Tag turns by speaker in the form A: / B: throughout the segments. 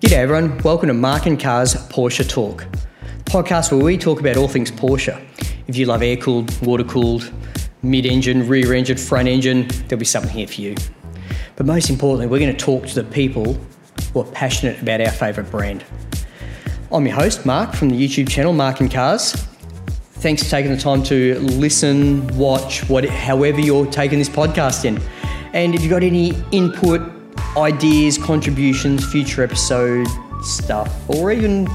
A: G'day everyone, welcome to Mark and Car's Porsche Talk, podcast where we talk about all things Porsche. If you love air cooled, water cooled, mid engine, rear engine, front engine, there'll be something here for you. But most importantly, we're going to talk to the people who are passionate about our favourite brand. I'm your host, Mark, from the YouTube channel Mark and Cars. Thanks for taking the time to listen, watch, what, however you're taking this podcast in. And if you've got any input, ideas, contributions, future episode stuff, or even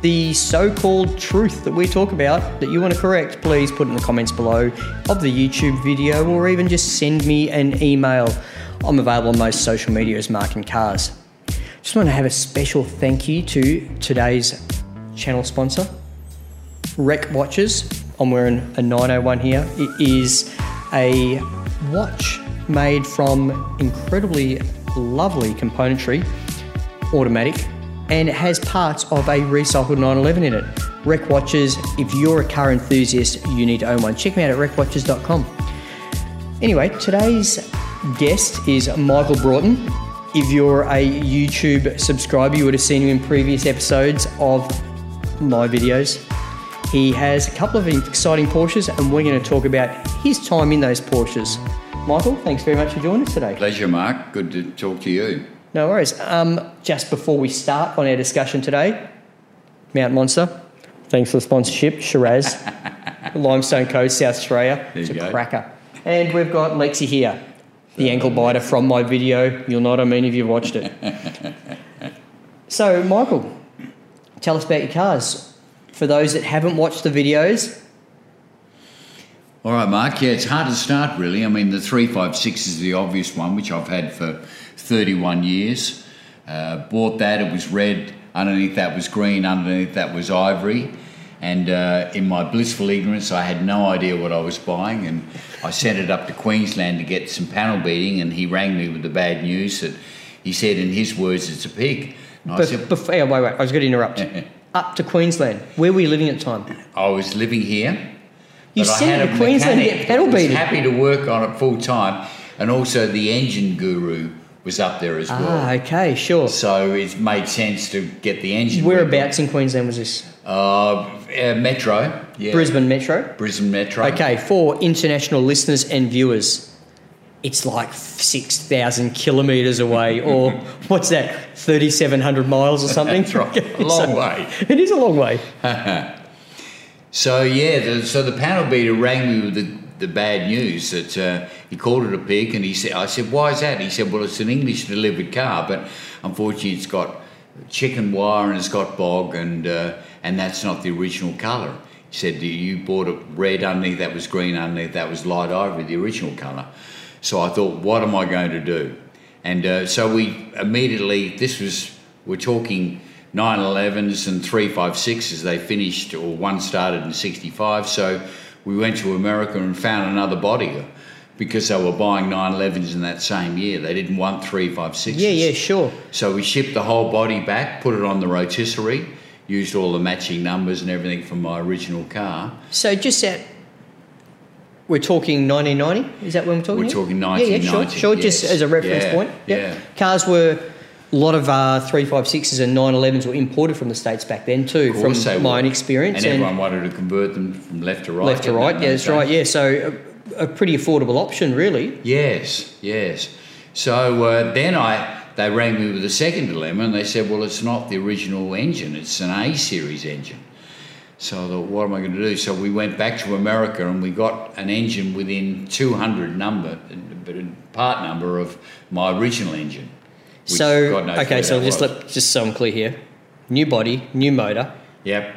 A: the so-called truth that we talk about that you want to correct, please put in the comments below of the YouTube video, or even just send me an email. I'm available on most social media as Mark and Cars. Just want to have a special thank you to today's channel sponsor, Rec Watches. I'm wearing a 901 here. It is a watch made from incredibly lovely componentry, automatic, and it has parts of a recycled 911 in it. Rec Watches, if you're a car enthusiast, you need to own one. Check me out at recwatches.com. Anyway, today's guest is Michael Broughton. If you're a YouTube subscriber, you would have seen him in previous episodes of my videos. He has a couple of exciting Porsches, and we're going to talk about his time in those Porsches. Michael, thanks very much for joining us today.
B: Pleasure, Mark. Good to talk to you.
A: No worries. Um, just before we start on our discussion today, Mount Monster, thanks for the sponsorship, Shiraz, Limestone Coast, South Australia.
B: There
A: it's a
B: you go.
A: cracker. And we've got Lexi here, the ankle biter from my video. You'll know what I mean if you've watched it. so, Michael, tell us about your cars. For those that haven't watched the videos,
B: All right, Mark. Yeah, it's hard to start, really. I mean, the 356 is the obvious one, which I've had for 31 years. Uh, bought that, it was red, underneath that was green, underneath that was ivory. And uh, in my blissful ignorance, I had no idea what I was buying. And I sent it up to Queensland to get some panel beating, and he rang me with the bad news that he said, in his words, it's a pig. And I
A: Bef-
B: said,
A: bef- yeah, wait, wait, I was going to interrupt. Up to Queensland. Where were you living at the time?
B: I was living here.
A: You
B: but I
A: sent
B: had
A: it to Queensland to
B: mechanic
A: get pedal
B: that was
A: beating.
B: Happy to work on it full time, and also the engine guru was up there as well.
A: Ah, okay, sure.
B: So it made sense to get the engine.
A: Whereabouts in Queensland was this?
B: guru. Uh, uh, metro. Yeah.
A: Brisbane Metro.
B: Brisbane Metro.
A: Okay, for international listeners and viewers, it's like 6,000 kilometres away, or what's that, 3,700 miles or something?
B: That's right. A long way.
A: It is a long way.
B: So yeah, the, so the panel beater rang me with the, the bad news that uh, he called it a pig, and he said, "I said, why is that?" He said, "Well, it's an English delivered car, but unfortunately, it's got chicken wire and it's got bog, and uh, and that's not the original colour." He said, "You bought it red underneath, that was green underneath, that was light ivory, the original colour." So I thought, "What am I going to do?" And uh, so we immediately, this was, we're talking 911s and 356s, they finished, or one started in 65. So we went to America and found another body because they were buying 911s in that same year. They didn't want 356s.
A: Yeah, yeah, sure.
B: So we shipped the whole body back, put it on the rotisserie, used all the matching numbers and everything from my original car.
A: So just at, we're talking 1990. Is that when we're talking?
B: We're
A: here?
B: talking
A: Yeah, yeah, sure,
B: 1990,
A: sure. Just
B: yes.
A: as a reference
B: Yeah,
A: point. Yep.
B: yeah.
A: Cars were a lot of uh, 356s and 911s were imported from the states back then too,
B: Of
A: from
B: course they
A: my
B: were.
A: own experience.
B: And everyone wanted to convert them from left to right.
A: left to
B: didn't
A: right.
B: they, in
A: Yeah,
B: those
A: that's right.
B: days?
A: Yeah, so a, a pretty affordable option, really.
B: Yes, yes. So uh, then I they rang me with a second dilemma, and they said, "Well, it's not the original engine; it's an A series engine." So I thought, "What am I going to do?" So we went back to America, and we got an engine within 200 number, but a part number of my original engine. which
A: so
B: God knows
A: okay,
B: where
A: so
B: that
A: just
B: was.
A: let, just so I'm clear here, new body, new motor.
B: Yep.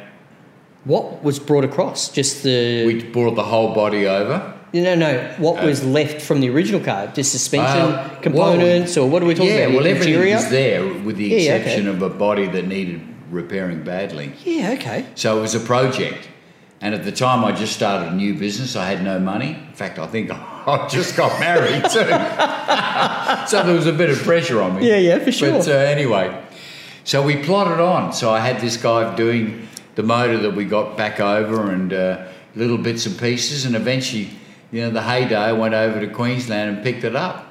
A: What was brought across? Just the
B: We brought the whole body over.
A: no, no. What was left from the original car? Just suspension
B: Uh,
A: components,
B: well,
A: or what are we talking
B: yeah,
A: about?
B: well, everything
A: interior.
B: was there, with the
A: Yeah, yeah, okay.
B: exception of a body that needed repairing badly.
A: Yeah. Okay.
B: So it was a project. And at the time, I just started a new business. I had no money. In fact, I think I just got married too. so there was a bit of pressure on me.
A: Yeah, yeah, for sure.
B: But uh, anyway, so we plotted on. So I had this guy doing the motor that we got back over and uh, little bits and pieces. And eventually, you know, the heyday, I went over to Queensland and picked it up.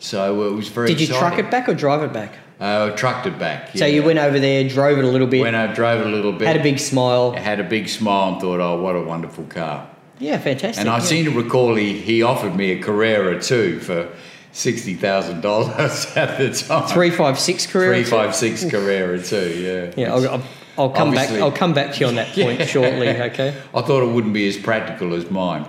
B: So uh, it was very
A: Did you
B: exciting.
A: truck it back or drive it back?
B: Uh, I trucked it back.
A: So
B: yeah.
A: you went over there, drove it a little bit,
B: When I drove it a little bit,
A: had a big smile. Yeah,
B: had a big smile and thought, oh, what a wonderful car.
A: fantastic.
B: And I
A: yeah.
B: seem to recall he, he offered me a Carrera too for sixty thousand dollars at the time.
A: three five six career.
B: three five six Carrera too. Yeah.
A: Yeah, I'll, I'll, I'll come back.
B: Obviously.
A: I'll come back to you on that point shortly. Okay.
B: I thought it wouldn't be as practical as mine.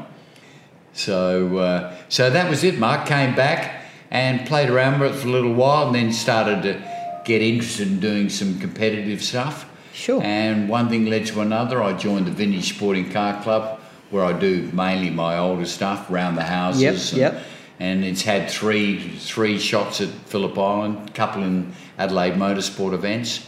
B: So uh, so that was it. Mark came back and played around with it for a little while, and then started to get interested in doing some competitive stuff.
A: Sure.
B: And one thing led to another. I joined the Vintage Sporting Car Club, where I do mainly my older stuff, round the houses. and,
A: yep.
B: And it's had three three shots at Phillip Island, couple in Adelaide Motorsport events,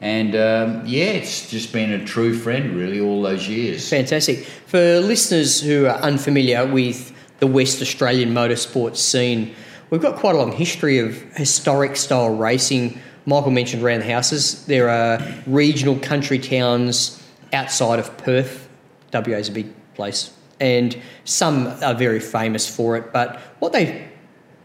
B: and um, yeah, it's just been a true friend really all those years.
A: Fantastic. For listeners who are unfamiliar with the West Australian motorsport scene, we've got quite a long history of historic style racing. Michael mentioned round the houses. There are regional country towns outside of Perth. WA is a big place, and some are very famous for it. But what they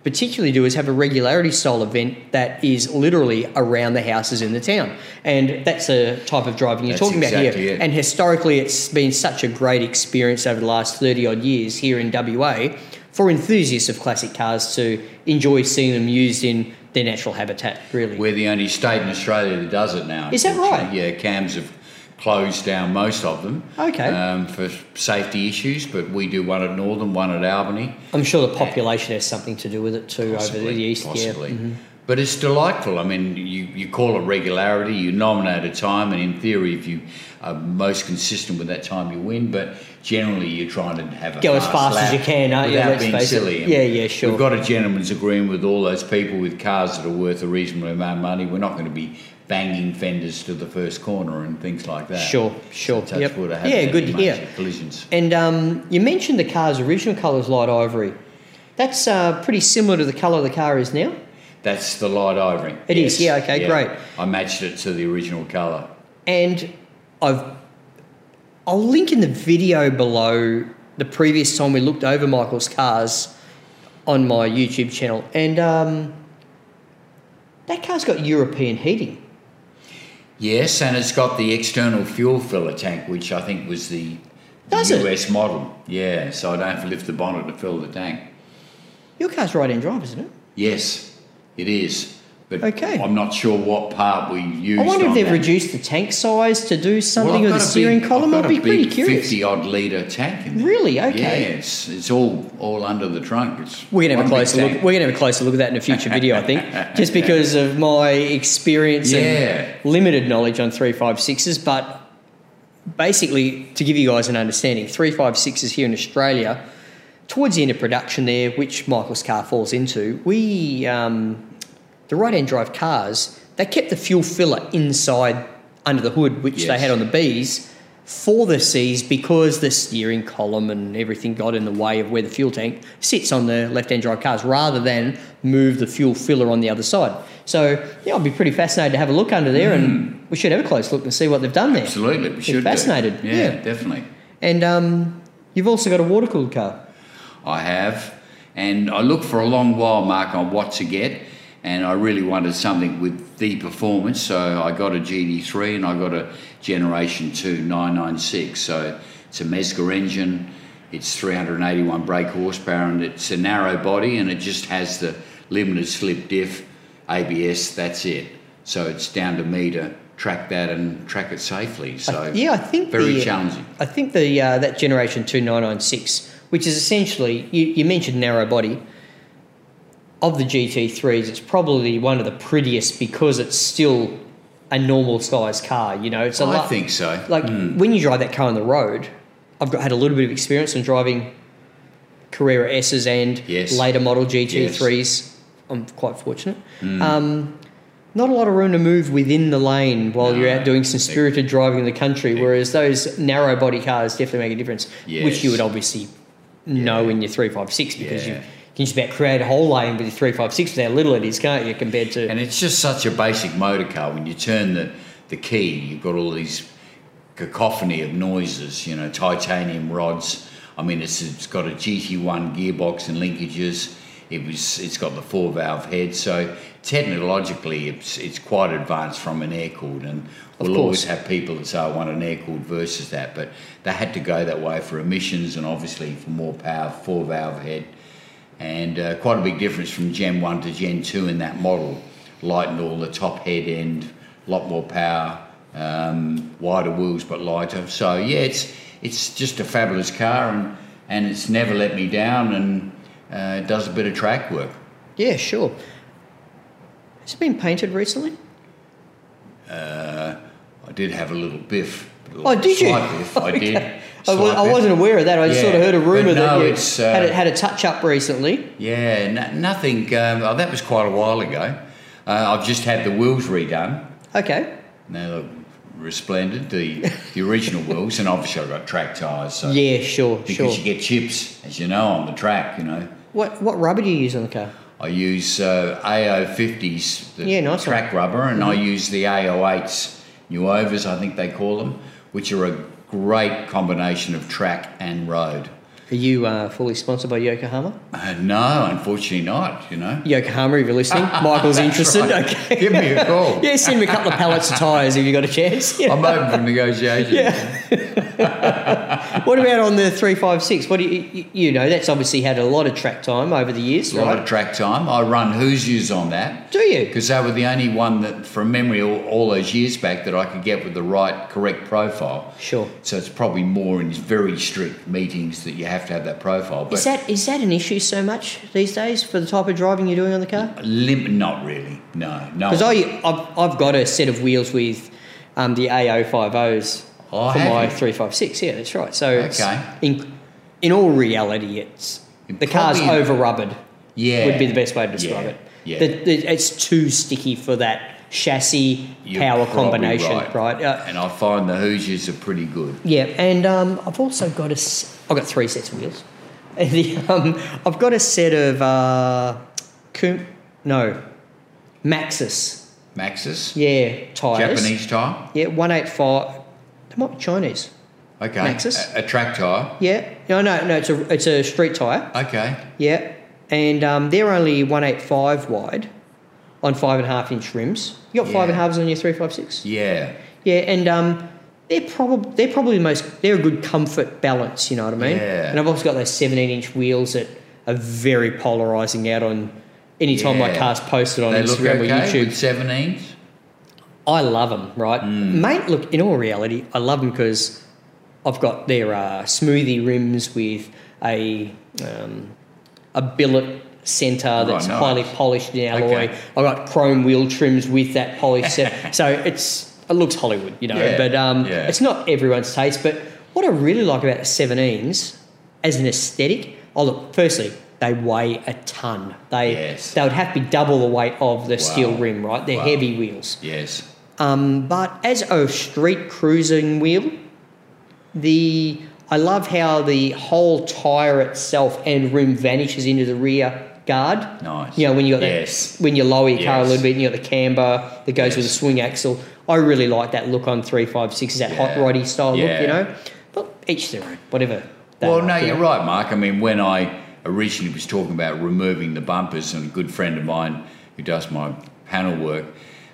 A: particularly do is have a regularity style event that is literally around the houses in the town. And that's the type of driving you're
B: That's
A: talking about
B: exactly
A: here.
B: it.
A: And historically, it's been such a great experience over the last 30 odd years here in WA for enthusiasts of classic cars to enjoy seeing them used in their natural habitat, really.
B: We're the only state in Australia that does it now.
A: Is that
B: unfortunately.
A: right?
B: Yeah, CAMs have closed down most of them.
A: Okay.
B: Um, for safety issues, but we do one at Northern, one at Albany.
A: I'm sure the population has something to do with it too over the east.
B: possibly.
A: Yeah. Mm-hmm.
B: But it's delightful. I mean, you, you call it regularity, you nominate a time, and in theory, if you are most consistent with that time, you win. But generally, you're trying to have a
A: Go as fast as
B: lap
A: you can, aren't you?
B: without
A: Let's
B: being
A: face it.
B: silly.
A: Yeah, yeah, sure.
B: We've got a gentleman's agreement with all those people with cars that are worth a reasonable amount of money. We're not going to be banging fenders to the first corner and things like that.
A: Sure, sure.
B: So touch
A: Yep.
B: wood, I haven't
A: Yeah,
B: had
A: good
B: any
A: to hear.
B: major Collisions.
A: And um, you mentioned the car's original colour is light ivory. That's uh, pretty similar to the colour the car is now.
B: That's the light ivory.
A: It
B: It
A: is,
B: is.
A: yeah, okay, great.
B: I matched it to the original colour.
A: And I've I'll link in the video below the previous time we looked over Michael's cars on my YouTube channel, and um, that car's got European heating.
B: Yes, and it's got the external fuel filler tank, which I think was the the
A: Does it?
B: US model. Yeah, so I don't have to lift the bonnet to fill the tank.
A: Your car's right-hand drive, isn't it?
B: Yes, it is. But
A: Okay.
B: I'm not sure what part we used.
A: I wonder if
B: on
A: they've
B: that.
A: reduced the tank size to do
B: Well,
A: something
B: I've
A: with
B: got
A: the
B: a
A: steering
B: big-
A: column.
B: I've
A: I'd
B: got
A: be
B: a
A: pretty
B: big
A: curious.
B: Fifty odd litre tank in there.
A: Really? Okay.
B: Yeah, it's, it's all all under the trunk. It's
A: We're gonna have a
B: one big
A: closer look.
B: tank.
A: We're gonna have a closer look at that in a future video, I think, just because of my experience
B: Yeah.
A: and limited knowledge on three five sixes. But basically, to give you guys an understanding, three five sixes here in Australia, towards the end of production there, which Michael's car falls into, we um, the right hand drive cars they kept the fuel filler inside under the hood, which they
B: Yes.
A: had on the Bs. For the Cs, because the steering column and everything got in the way of where the fuel tank sits on the left hand drive cars rather than move the fuel filler on the other side. So, yeah, I'd be pretty fascinated to have a look under there and we should have a close look and see what they've done there.
B: Mm. Absolutely, we should. do.
A: fascinated, yeah.
B: yeah. definitely.
A: And um, you've also got a water cooled car.
B: I have, and I looked for a long while, Mark, on what to get, and I really wanted something with the performance, so I got a GD3 and I got a Generation 2 996. So it's a Mesker engine, it's 381 brake horsepower, and it's a narrow body, and it just has the limited slip diff, ABS. That's it. So it's down to me to track that and track it safely. So
A: yeah, I think
B: very
A: the,
B: challenging.
A: I think the uh, that generation two nine nine six, which is essentially you, you mentioned narrow body. Of the GT threes, it's probably one of the prettiest because it's still a normal size car. You know, it's a
B: I
A: lot-
B: think so. Hmm.
A: Like when you drive that car on the road, I've got had a little bit of experience in driving Carrera S's and
B: Yes.
A: later model GT3s. I'm quite fortunate.
B: Hmm.
A: Um, not a lot of room to move within the lane while you're
B: No.
A: out doing some spirited driving in the country, whereas those narrow body cars definitely make a difference, which you
B: Yes.
A: would obviously know in your 356 because
B: Yeah.
A: you can just about create a whole lane with your 356 with how little it is, can't you, compared to.
B: And it's just such a basic motor car. When you turn the, the key, you've got all these cacophony of noises, you know, titanium rods. I mean, it's, it's got a GT1 gearbox and linkages. It was it's got the four valve head, so technologically it's it's quite advanced from an air cooled, and we'll always have people that say I want an air cooled versus that, but they had to go that way for emissions and obviously for more power, four valve head, and uh, quite a big difference from Gen one to Gen two in that model. Lightened all the top head end, a lot more power, um, wider wheels but lighter. So yeah, it's it's just a fabulous car and and it's never let me down and uh, does a bit of track work.
A: Yeah, sure. Has it been painted recently?
B: I did have a little biff. a
A: Oh, did you?
B: Slight biff, I did.
A: Okay. I, wa-
B: Slight
A: I
B: biff.
A: wasn't aware of that. I just
B: Yeah,
A: sort of heard a
B: but
A: rumor that
B: no,
A: you
B: it's, uh,
A: had, it, had a touch up recently.
B: Yeah, no, nothing. Um, oh, that was quite a while ago. Uh, I've just had the wheels redone.
A: Okay.
B: They look resplendent, the, the original wheels, and obviously I've got track tyres. So
A: Yeah, sure, sure.
B: Because you get chips, as you know, on the track, you know.
A: What what rubber do you use on the car?
B: I use uh, AO50s, the
A: Yeah, nice Mm-hmm.
B: track rubber, and I use the AO8s, new overs, I think they call them, which are a great combination of track and road.
A: Are you uh, fully sponsored by Yokohama?
B: Uh, no, unfortunately not, you know.
A: Yokohama, if you're listening, Michael's interested.
B: right.
A: Okay.
B: Give me a call.
A: yeah, send me a couple of pallets of tyres if you got a chance. Yeah.
B: I'm open for negotiation.
A: Yeah. what about on the three five six? What do you, you you know? That's obviously had a lot of track time over the years,
B: A lot
A: right?
B: of track time. I run Hoosiers on that.
A: Do you?
B: because they were the only one that, from memory, all, all those years back, that I could get with the right, correct profile.
A: Sure.
B: So it's probably more in very strict meetings that you have to have that profile. But
A: Is that is that an issue so much these days for the type of driving you're doing on the car?
B: lim- not really. No, no.
A: Because I I've, I've got a set of wheels with um, the AO50s
B: Oh,
A: for
B: have
A: my
B: you?
A: three five six. Yeah, that's right. So it's-
B: Okay.
A: in in all reality, it's
B: It
A: the car's
B: probably-
A: over rubbered.
B: yeah,
A: Would be the best way to describe
B: Yeah,
A: it.
B: yeah.
A: The- the- it's too sticky for that chassis
B: You're
A: power
B: probably
A: combination, right? Uh,
B: and I find the Hoosiers are pretty good.
A: Yeah, and um, I've also got a. s- I've got three sets of wheels. And the, um, I've got a set of uh, Coom- no, Maxis.
B: Maxis,
A: Yeah, tires.
B: Japanese tire.
A: Yeah, one eight five. They might be Chinese.
B: Okay.
A: Maxis.
B: A, a track tire.
A: Yeah. No, no, no. It's a it's a street tire.
B: Okay.
A: Yeah, and um, they're only one eight five wide, on five and a half inch rims. You got five and a
B: Yeah.
A: halves on your three five six.
B: Yeah.
A: Yeah, and um, they're probably they're probably the most they're a good comfort balance. You know what I mean?
B: Yeah.
A: And I've also got those seventeen inch wheels that are very polarizing out on any time my
B: Yeah.
A: car's posted on
B: They look
A: Instagram
B: okay
A: or YouTube.
B: with 17s.
A: I love them, right?
B: Hmm.
A: Mate, look, in all reality, I love them because I've got their uh, smoothie rims with a um, a billet centre that's
B: Right, nice.
A: highly polished in alloy.
B: Okay.
A: I've got chrome wheel trims with that polish set. so it's it looks Hollywood, you know,
B: Yeah,
A: but um,
B: yeah.
A: it's not everyone's taste. But what I really like about the 17s as an aesthetic, oh, look, firstly, they weigh a ton. They,
B: Yes.
A: they would have to be double the weight of the steel
B: Wow.
A: rim, right? They're
B: Wow.
A: heavy wheels.
B: Yes.
A: Um, but as a street cruising wheel, the I love how the whole tire itself and rim vanishes into the rear guard.
B: Nice.
A: You know when you got that,
B: Yes.
A: when you lower your car a
B: Yes.
A: little bit and you got the camber that goes with the
B: Yes.
A: swing axle. I really like that look on three five six. Is that hot
B: Yeah.
A: roddy style look? You
B: Yeah.
A: know, but each their own. Whatever. they
B: Well,
A: like,
B: no,
A: you
B: you're
A: know.
B: right, Mark. I mean, when I originally was talking about removing the bumpers, and a good friend of mine who does my panel work,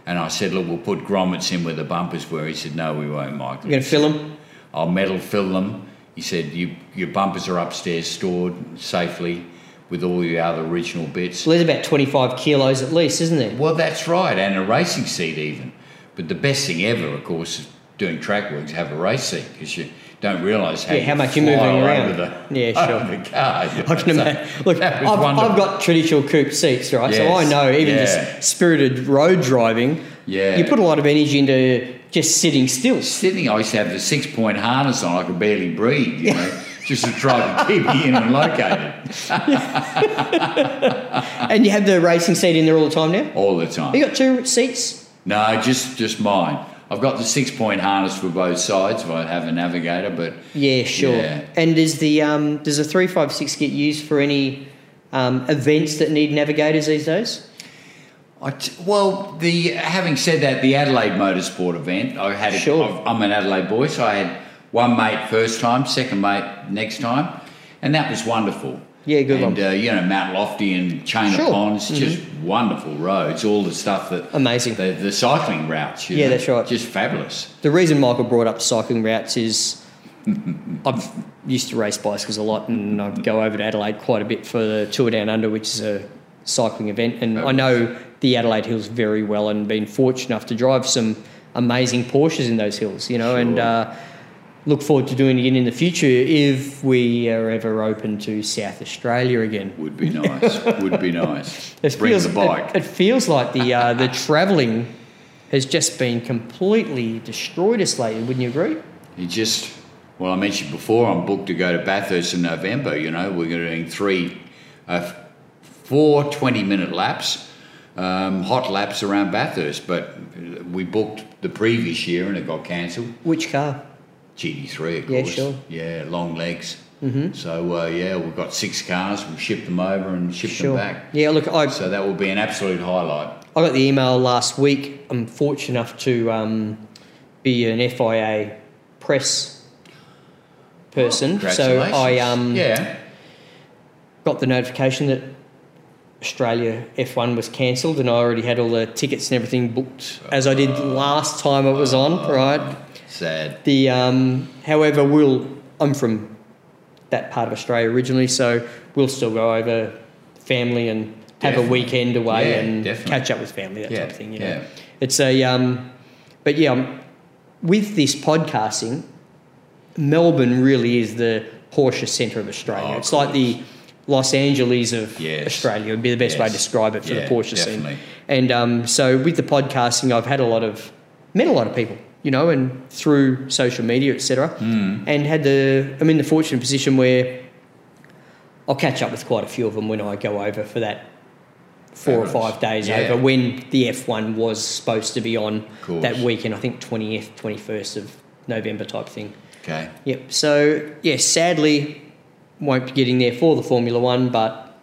B: and I said, look, we'll put grommets in where the bumpers were. He said, no, we won't, Michael.
A: You're gonna fill them.
B: I'll metal fill them. He said, you, your bumpers are upstairs stored safely with all your other original bits.
A: Well, there's about twenty five kilos at least, isn't there?
B: Well, that's right, and a racing seat even. But the best thing ever, of course, is doing track work is have a race seat because you don't realise how,
A: Yeah, how much you're
B: fly
A: moving
B: all
A: around.
B: Over the,
A: Yeah, sure.
B: over the car. you
A: I
B: know,
A: can
B: so
A: imagine. Look,
B: that
A: I've,
B: was
A: I've
B: wonderful.
A: got traditional coupe seats, right? So I
B: Yes,
A: know even
B: yeah.
A: just spirited road driving,
B: Yeah. Uh-huh.
A: you put a lot of energy into just sitting still.
B: Sydney, I used to have the six point harness on. I could barely breathe, you know, just to try to keep me in and located
A: And you have the racing seat in there all the time now?
B: all the time.
A: You got two seats?
B: No, just just mine. I've got the six point harness for both sides if I have a navigator, but
A: Yeah, sure.
B: Yeah.
A: And does the um, does the 356 get used for any um, events that need navigators these days?
B: I t- well, the having said that, the Adelaide Motorsport event, I had. A,
A: Sure.
B: I've- I'm an Adelaide boy, so I had one mate first time, second mate next time, and that was wonderful.
A: Yeah, good
B: and,
A: one.
B: uh, you know, Mount Lofty and Chain
A: Sure. Mm-hmm.
B: of Ponds, just wonderful roads, all the stuff that.
A: Amazing.
B: The, the cycling routes, you
A: Yeah,
B: know,
A: that's right.
B: Just fabulous.
A: The reason Michael brought up cycling routes is I've used to race bicycles a lot and I go over to Adelaide quite a bit for the Tour Down Under, which is a cycling event. And I know the Adelaide Hills very well and been fortunate enough to drive some amazing Porsches in those hills, you know, and
B: Sure.
A: uh, look forward to doing it again in the future if we are ever open to South Australia again.
B: Would be nice. would be nice.
A: It
B: Bring
A: feels,
B: the bike.
A: It, it feels like the uh, the travelling has just been completely destroyed us lately. Wouldn't you agree?
B: You just, well, I mentioned before, I'm booked to go to Bathurst in November. You know, we're going to doing three, uh, four 20 minute laps, um, hot laps around Bathurst. But we booked the previous year and it got cancelled.
A: Which car?
B: GD3, of course.
A: Yeah, sure.
B: Yeah, long legs. Mm-hmm. So, uh, yeah, we've got six cars. We'll ship them over and ship
A: Sure.
B: them back.
A: Yeah. Look, I
B: So that will be an absolute highlight.
A: I got the email last week. I'm fortunate enough to um, be an FIA press person, so
B: Congratulations.
A: I um,
B: yeah.
A: got the notification that Australia F1 was cancelled, and I already had all the tickets and everything booked as I
B: Oh.
A: did last time it was on. Right.
B: Sad.
A: The um, however, we'll I'm from that part of Australia originally, so we'll still go over family and have
B: Definitely.
A: a weekend away
B: Yeah,
A: and
B: definitely.
A: catch up with family that
B: Yeah,
A: type of thing. You know,
B: yeah.
A: it's a um, but yeah, um, with this podcasting, Melbourne really is the Porsche centre of Australia.
B: Oh, of
A: it's like the Los Angeles of
B: Yes.
A: Australia would be the best way to
B: Yes.
A: describe it for
B: Yeah,
A: the Porsche
B: definitely.
A: scene. And um, so with the podcasting, I've had a lot of met a lot of people, you know, and through social media, etc.
B: Hmm,
A: And had the I'm in the fortunate position where I'll catch up with quite a few of them when I go over for that four
B: Fabulous.
A: or five days
B: Yeah.
A: over when the F1 was supposed to be on
B: course.
A: that weekend. I think 20th, 21st of November type thing.
B: Okay.
A: Yep. So yeah, sadly, won't be getting there for the Formula One, but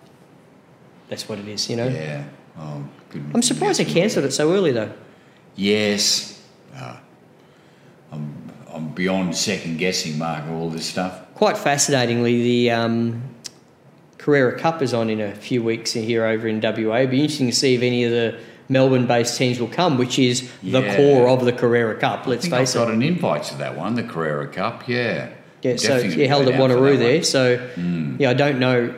A: that's what it is, you know.
B: Yeah. Oh, goodness.
A: I'm surprised they cancelled it so early though.
B: Yes. Uh, I'm, I'm beyond second guessing, Mark, all this stuff.
A: Quite fascinatingly, the um, Carrera Cup is on in a few weeks here over in WA. It'll be interesting to see if any of the Melbourne-based teams will come, which is the
B: Yeah.
A: core of the Carrera Cup.
B: I
A: Let's
B: think
A: face
B: I've
A: it.
B: got an invite to that one, the Carrera Cup. Yeah.
A: Yeah, so
B: Definitely
A: yeah, held
B: go
A: at
B: down for
A: Wanneroo
B: that one. Hmm.
A: there. So yeah, I don't know.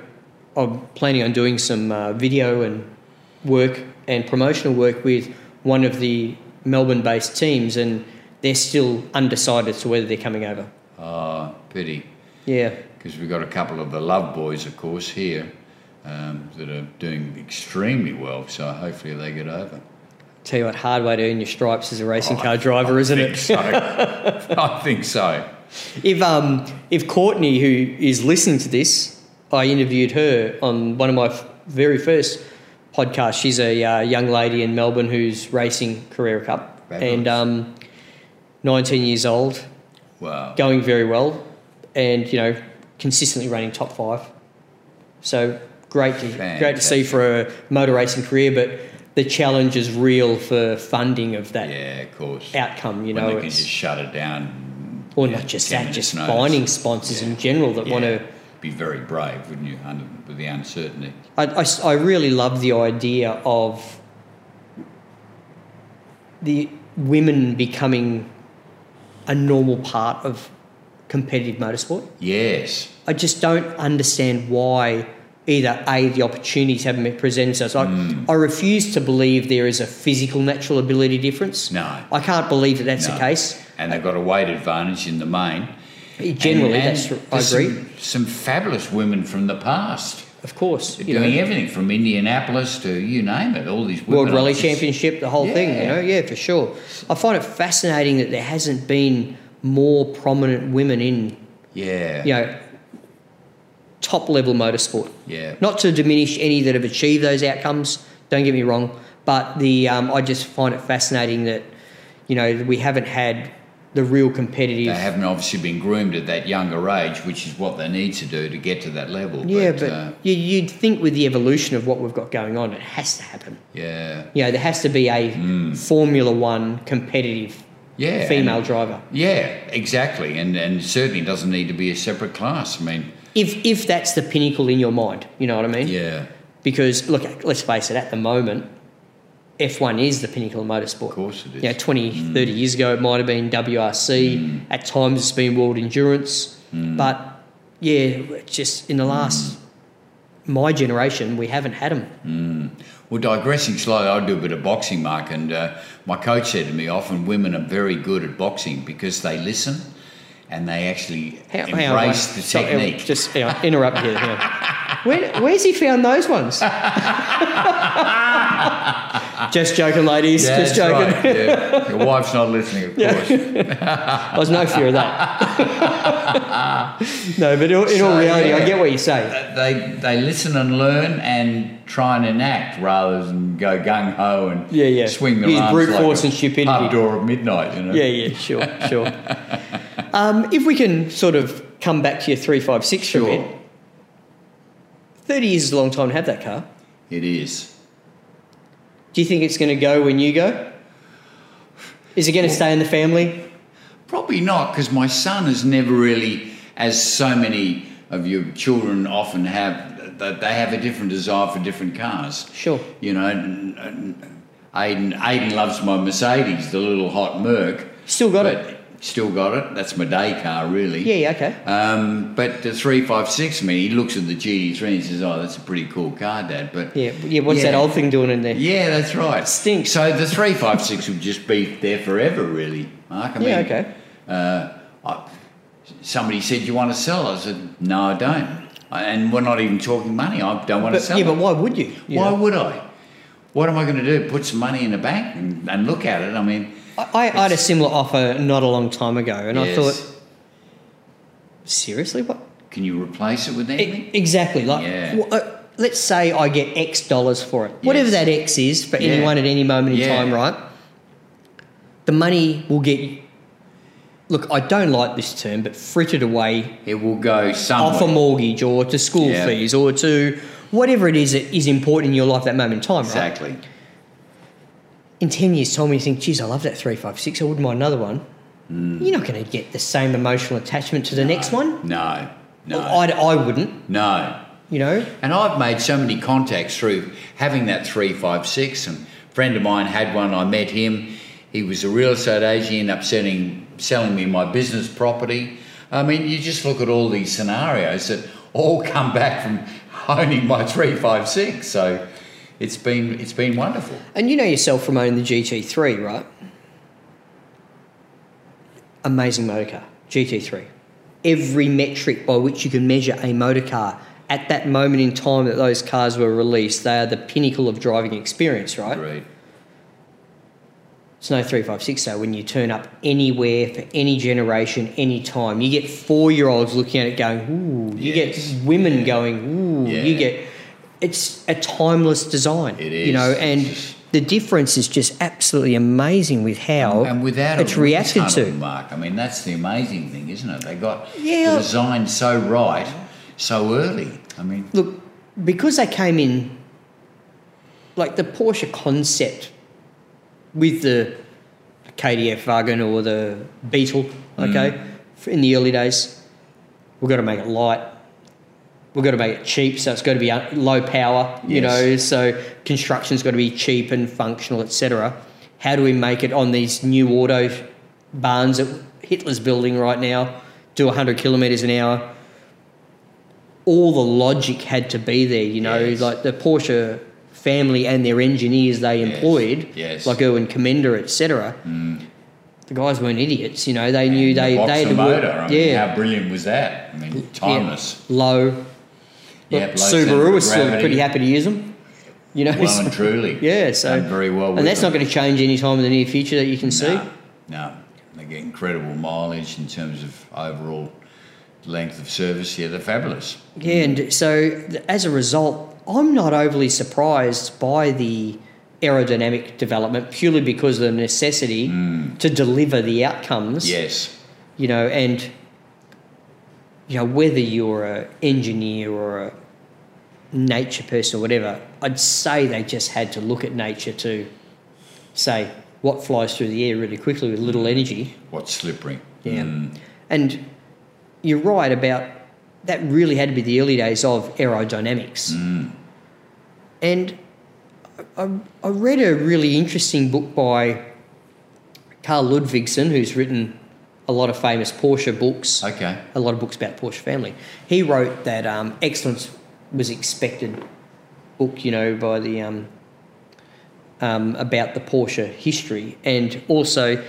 A: I'm planning on doing some uh, video and work and promotional work with one of the Melbourne-based teams, and they're still undecided as to whether they're coming over.
B: Ah, pity.
A: Yeah,
B: Because we've got a couple of the Love Boys, of course, here um, that are doing extremely well. So hopefully they get over.
A: tell you what, hard way to earn your stripes as a racing
B: Oh,
A: car driver, isn't
B: I
A: it?
B: think so. I think so.
A: If um if Courtney, who is listening to this, I interviewed her on one of my f- very first podcasts. She's a uh, young lady in Melbourne who's racing Carrera Cup
B: Fabulous.
A: and um, 19 years old,
B: Wow.
A: going very well, and you know consistently running top five. So great to great to see
B: Fantastic.
A: for a motor racing career, but the challenge is real for funding of that
B: Yeah, of course.
A: outcome. You
B: when
A: know,
B: they can
A: it's-
B: just shut it down.
A: or
B: yeah,
A: not just
B: 10
A: that,
B: minutes
A: just
B: notice.
A: finding sponsors in general that
B: Yeah.
A: want to.
B: be very brave, wouldn't you, under, with the uncertainty?
A: I, I s- I really love the idea of the women becoming a normal part of competitive motorsport.
B: Yes.
A: I just don't understand why either a the opportunities haven't been presented to us. I,
B: Mm.
A: I refuse to believe there is a physical natural ability difference.
B: No.
A: I can't believe that that's the
B: No.
A: case.
B: And they've got a weight advantage in the main.
A: Generally,
B: And- and
A: that's I
B: there's
A: agree.
B: Some, some fabulous women from the past.
A: of course, you know.
B: doing everything from Indianapolis to you name it, all these women.
A: World Rally
B: It's-
A: Championship, the whole thing, you
B: Yeah.
A: know, yeah, for sure. I find it fascinating that there hasn't been more prominent women in,
B: Yeah.
A: you know, top level motorsport.
B: Yeah.
A: Not to diminish any that have achieved those outcomes, don't get me wrong, but the um, I just find it fascinating that, you know, we haven't had the real competitive.
B: They haven't obviously been groomed at that younger age, which is what they need to do to get to that level.
A: yeah, but,
B: uh,
A: you, you'd think with the evolution of what we've got going on, it has to happen.
B: yeah,
A: You know, there has to be a Formula One competitive
B: Hmm. yeah,
A: female
B: and-
A: driver.
B: yeah, exactly, and and certainly doesn't need to be a separate class. I mean,
A: if if that's the pinnacle in your mind, you know what I mean?
B: Yeah,
A: Because look, let's face it, at the moment, F1 is the pinnacle of motorsport.
B: of course it is. Mm.
A: You know, 20, 30 years ago, it might have been WRC. At times, it's been World Endurance.
B: Mm.
A: But yeah, it's just in the last, my generation, we haven't had them.
B: Mm. Well, digressing slightly, I do a bit of boxing, Mark, and uh, my coach said to me, often women are very good at boxing because they listen and they actually embrace the technique.
A: just hang on, interrupt here. hang on. Where, where's he found those ones? just joking, ladies. just
B: That's
A: joking.
B: right, yeah. Your wife's not listening, of course.
A: I was no fear of that. no, but in all, in all
B: So,
A: reality, I
B: yeah.
A: get what you say.
B: They they listen and learn and try and enact rather than go gung ho and
A: Yeah, yeah.
B: swing their
A: Use
B: arms
A: brute
B: like
A: force
B: a
A: and stupidity.
B: pub door at midnight. You know.
A: Yeah, yeah, sure, sure. Um, if we can sort of come back to your 356 for a
B: Sure.
A: bit. 30 years is a long time to have that car.
B: It is.
A: Do you think it's going to go when you go? Is it going to stay in the family?
B: Probably not, because my son has never really, as so many of your children often have, that they have a different desire for different cars.
A: Sure.
B: You know, n- n- Aiden, Aiden loves my Mercedes, the little hot Merc.
A: Still got
B: but
A: it.
B: Still got it. That's my day car, really.
A: Yeah, yeah, okay.
B: Um, but the 356, I mean, he looks at the GT3 and says, oh, that's a pretty cool car, Dad. But
A: Yeah, yeah what's that
B: Yeah.
A: old thing doing in there?
B: yeah, that's right.
A: Stinks.
B: So the three five six will just be there forever, really, Mark. I mean,
A: Yeah, okay.
B: Uh, I, somebody said you want to sell. I said no, I don't. I, and we're not even talking money. I don't want to
A: But,
B: sell.
A: yeah,
B: it.
A: but why would you? you
B: why
A: know?
B: would I? What am I going to do? Put some money in the bank and, and look at it. I mean,
A: I, I had a similar offer not a long time ago, and I
B: yes.
A: thought, seriously, what?
B: can you replace it with anything?
A: E- exactly. Like,
B: Yeah.
A: w- uh, let's say I get X dollars for it, whatever that X is for
B: Yeah.
A: anyone at any moment in
B: Yeah.
A: time, right? The money will get. Look, I don't like this term, but frittered away
B: It will go
A: off
B: somewhere.
A: a mortgage or to school
B: Yeah.
A: fees or to whatever it is that is important in your life at that moment in time, right?
B: exactly.
A: in 10 years' time, when you think, geez, I love that 356, I wouldn't mind another one, you're not going to get the same emotional attachment to the next one.
B: No. No.
A: Well, I, I wouldn't,
B: no.
A: you know?
B: And I've made so many contacts through having that 356. And a friend of mine had one, I met him. He was a real estate agent, he ended up selling, selling me my business property. I mean, you just look at all these scenarios that all come back from owning my 356. So it's been, it's been wonderful.
A: And you know yourself from owning the GT3, right? Amazing motorcar, GT3. Every metric by which you can measure a motorcar at that moment in time that those cars were released, they are the pinnacle of driving experience, right?
B: Great.
A: It's no 356 though. When you turn up anywhere for any generation, any time, you get four year olds looking at it going, ooh. You
B: Yes.
A: get women going, ooh.
B: Yeah.
A: You get, it's a timeless design.
B: It
A: You know,
B: is.
A: and
B: It's-
A: the difference is just absolutely amazing with how
B: And without
A: it's
B: a
A: reacted
B: ton of
A: to.
B: Mark, I mean, that's the amazing thing, isn't it? They got
A: Yeah.
B: the design so right, so early. I mean,
A: Look, because they came in, like the Porsche concept with the KDF wagon or the Beetle, okay, f- in the early days, we've got to make it light. We've got to make it cheap, so it's got to be uh, low power, you
B: Yes.
A: know. So construction's got to be cheap and functional, etc. How do we make it on these new auto barns that Hitler's building right now? Do 100 kilometres an hour all the logic had to be there, you know,
B: Yes.
A: like the Porsche family and their engineers they employed,
B: yes.
A: like Erwin Komender, etc. The guys weren't idiots, you know. They knew they
B: Box
A: they
B: the
A: had to work.
B: motor. I mean,
A: yeah,
B: how brilliant was that? I mean, timeless.
A: yeah, low.
B: Yeah,
A: Look,
B: low
A: Subaru
B: centre of
A: was still
B: gravity.
A: pretty happy to use them, you know.
B: Well
A: so-
B: and truly.
A: yeah, so
B: Done very well.
A: and that's not
B: going
A: going to change any time in the near future that you can see.
B: No, they get incredible mileage in terms of overall length of service. Yeah, they're fabulous.
A: Yeah, and so th- as a result, I'm not overly surprised by the aerodynamic development purely because of the necessity to deliver the outcomes.
B: Yes,
A: You know, and you know whether you're a engineer or a nature person or whatever, I'd say they just had to look at nature to say what flies through the air really quickly with little energy.
B: Mm. what's slippery?
A: Yeah. And you're right about that really had to be the early days of aerodynamics. And I, I read a really interesting book by Carl Ludvigsen, who's written a lot of famous Porsche books,
B: Okay.
A: a lot of books about Porsche family. He wrote that um, excellence was expected book, you know, by the um, um, about the Porsche history, and also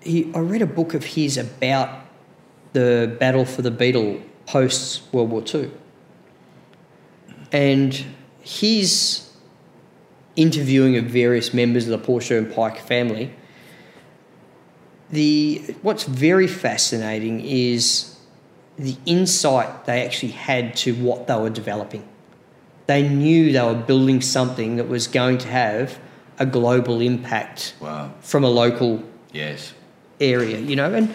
A: he. I read a book of his about the battle for the Beetle post World War Two, and his interviewing of various members of the Porsche and Pike family. The what's very fascinating is the insight they actually had to what they were developing. They knew they were building something that was going to have a global impact
B: Wow.
A: from a local
B: Yes.
A: area, you know, and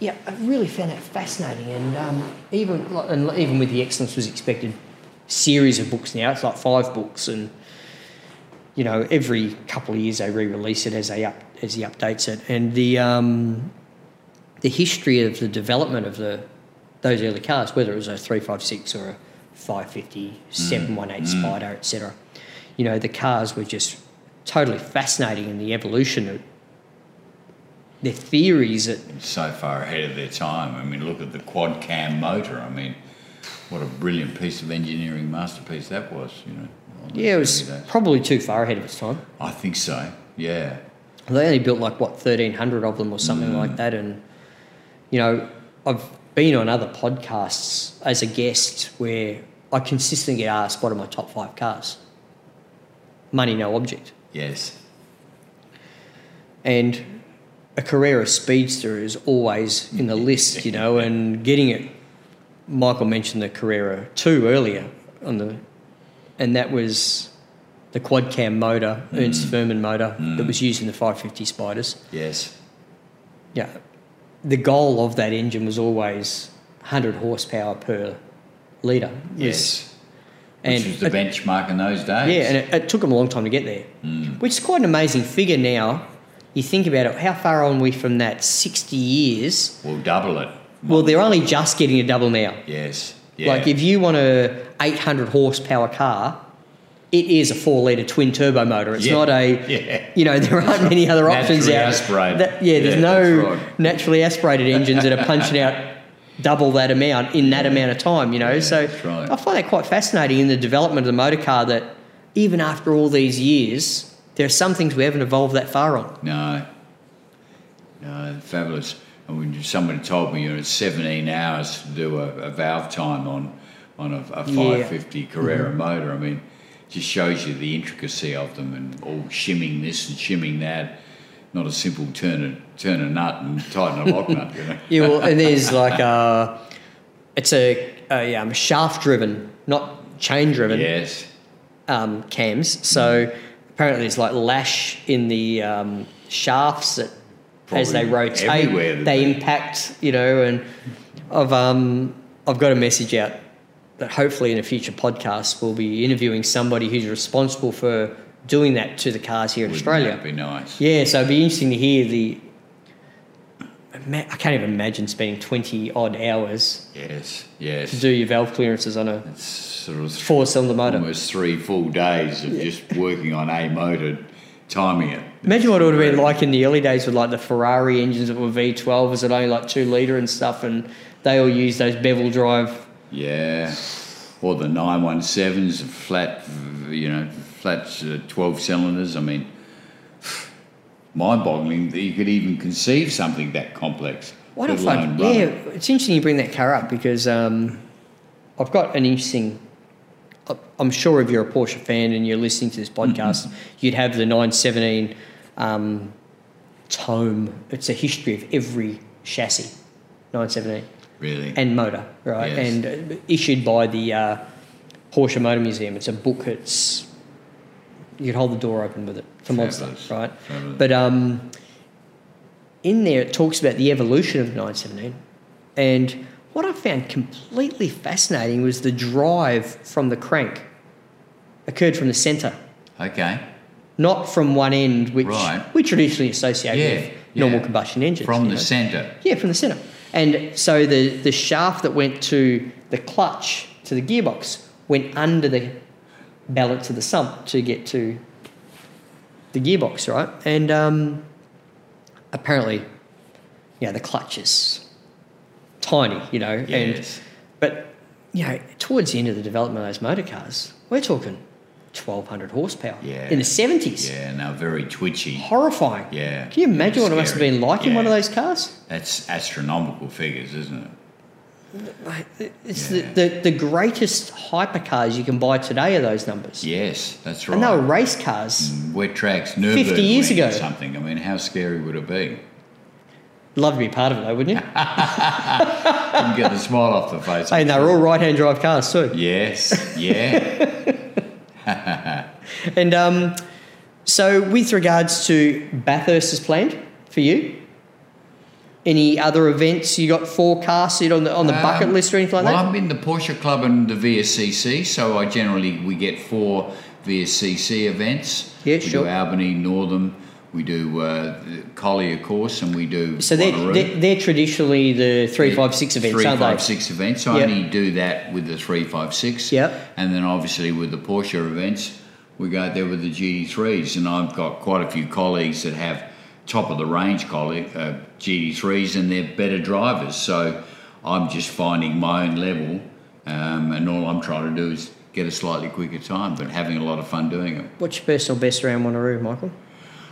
A: yeah, I really found that fascinating. And um, even like, and even with the excellence was expected series of books now, it's like five books, and you know, every couple of years they re-release it as they up as he updates it, and the um, the history of the development of the those early cars, whether it was a three five six or a 550, 718 Spider, etc. You know, the cars were just totally fascinating in the evolution of their theories that
B: So far ahead of their time. I mean, look at the quad cam motor. I mean, what a brilliant piece of engineering masterpiece that was, you know. on those
A: Yeah, it was
B: early days.
A: probably too far ahead of its time.
B: I think so. Yeah.
A: They only built like what thirteen hundred of them or something like that, and you know, I've been on other podcasts as a guest where I consistently get asked what are my top five cars. Money no object,
B: Yes.
A: and a Carrera Speedster is always in the list, you know, and getting it. Michael mentioned the Carrera two earlier on the, and that was. The quad cam motor,
B: Mm.
A: Ernst Furman motor, that was used in the 550 Spiders.
B: Yes.
A: yeah, the goal of that engine was always 100 horsepower per litre.
B: Yes.
A: And
B: Which was the
A: it-
B: benchmark in those days.
A: yeah, and it, it took them a long time to get there, which is quite an amazing figure now. You think about it, how far on we from that 60 years?
B: We'll double it.
A: Well, they're only just getting a double now.
B: Yes. Yeah.
A: Like, if you want a 800 horsepower car, it is a four litre twin turbo motor. It's
B: Yeah.
A: not a,
B: Yeah.
A: you know, there aren't many other options
B: Naturally
A: out.
B: aspirated.
A: That- yeah, there's
B: Yeah,
A: no
B: that's right.
A: naturally aspirated engines that are punching out double that amount in that amount of time, you know.
B: Yeah,
A: so
B: that's right.
A: I find that quite fascinating in the development of the motor car that even after all these years, there are some things we haven't evolved that far on.
B: No. No, fabulous. And when somebody told me you know, it's 17 hours to do a, a valve time on on a, a 550 Carrera
A: Mm-hmm.
B: motor, I mean, it just shows you the intricacy of them and all shimming this and shimming that. Not a simple turn a turn a nut and tighten a lock nut, you know.
A: Yeah, well, and there's like a, it's a, a um, shaft driven, not chain driven
B: Yes.
A: um, cams. So apparently there's like lash in the um, shafts that as they
B: Probably
A: rotate,
B: everywhere
A: they,
B: that they-
A: impact, you know, and I've, um, I've got a message out that hopefully in a future podcast we'll be interviewing somebody who's responsible for doing that to the cars here in Australia.
B: That'd be nice.
A: Yeah, so it'd be interesting to hear the. Ima- I can't even imagine spending 20 odd hours
B: Yes.
A: to
B: Yes.
A: do your valve clearances on a
B: It's sort of
A: four cylinder motor.
B: almost three full days of just working on a motor, timing it.
A: Imagine what it would have been like in the early days with like the Ferrari engines that were V12s that only like two litre and stuff, and they all used those bevel drive.
B: Yeah, or the nine one sevens, flat, you know, flat uh, twelve cylinders. I mean, mind-boggling that you could even conceive something that complex.
A: Why
B: let
A: not find?
B: alone run
A: Yeah,
B: it.
A: it's interesting you bring that car up because um, I've got an interesting. I- I'm sure if you're a Porsche fan and you're listening to this podcast, you'd have the 917 um, tome. It's a history of every chassis, 917
B: really.
A: and motor, right?
B: Yes.
A: And uh, issued by the uh, Porsche Motor Museum. It's a book. It's you could hold the door open with it for Monster,
B: Fabulous.
A: right?
B: Fabulous.
A: But um, in there, it talks about the evolution of the 917, and what I found completely fascinating was the drive from the crank occurred from the centre,
B: okay,
A: not from one end, which
B: Right.
A: we traditionally associate
B: Yeah,
A: with normal
B: yeah.
A: combustion engines.
B: from
A: you
B: the
A: know.
B: centre.
A: Yeah, from the centre. And so the, the shaft that went to the clutch, to the gearbox, went under the balance of the sump to get to the gearbox, right? And um, apparently, you know, the clutch is tiny, you know.
B: Yes.
A: And, but, you know, towards the end of the development of those motor cars, we're talking 1,200 horsepower
B: Yeah.
A: in the 70s.
B: yeah, no, very twitchy.
A: Horrifying.
B: Yeah.
A: Can you imagine what it
B: Scary.
A: must have been like in
B: Yeah.
A: one of those cars?
B: That's astronomical figures, isn't it?
A: Like, It's
B: Yeah.
A: the, the, the greatest hypercars you can buy today are those numbers.
B: Yes, that's right. Mm.
A: And they were race cars.
B: Wet tracks, Nürburgring
A: 50 years ago.
B: or something. I mean, how scary would it be?
A: Love to be part of it though, wouldn't you?
B: Couldn't get the smile off the face.
A: hey, and they were all right hand drive cars too.
B: Yes, yeah,
A: And um, so, with regards to Bathurst is planned for you, any other events you got forecasted on the on the bucket
B: Um,
A: list or anything like
B: well,
A: that?
B: I'm in the Porsche Club and the VSCC, so I generally we get four VSCC events.
A: Yeah,
B: we
A: sure.
B: do Albany, Northern, we do uh, the Collier course, and we do
A: So they're,
B: Wanneroo.
A: they're, they're traditionally the three five six events,
B: Three
A: aren't
B: five
A: they?
B: six events. I
A: Yep.
B: only do that with the three five six.
A: Yep.
B: And then obviously with the Porsche events, we go out there with the GD threes, and I've got quite a few colleagues that have top of the range colli uh, GD threes, and they're better drivers. So I'm just finding my own level, um, and all I'm trying to do is get a slightly quicker time, but having a lot of fun doing it.
A: What's your personal best around Wanneroo, Michael?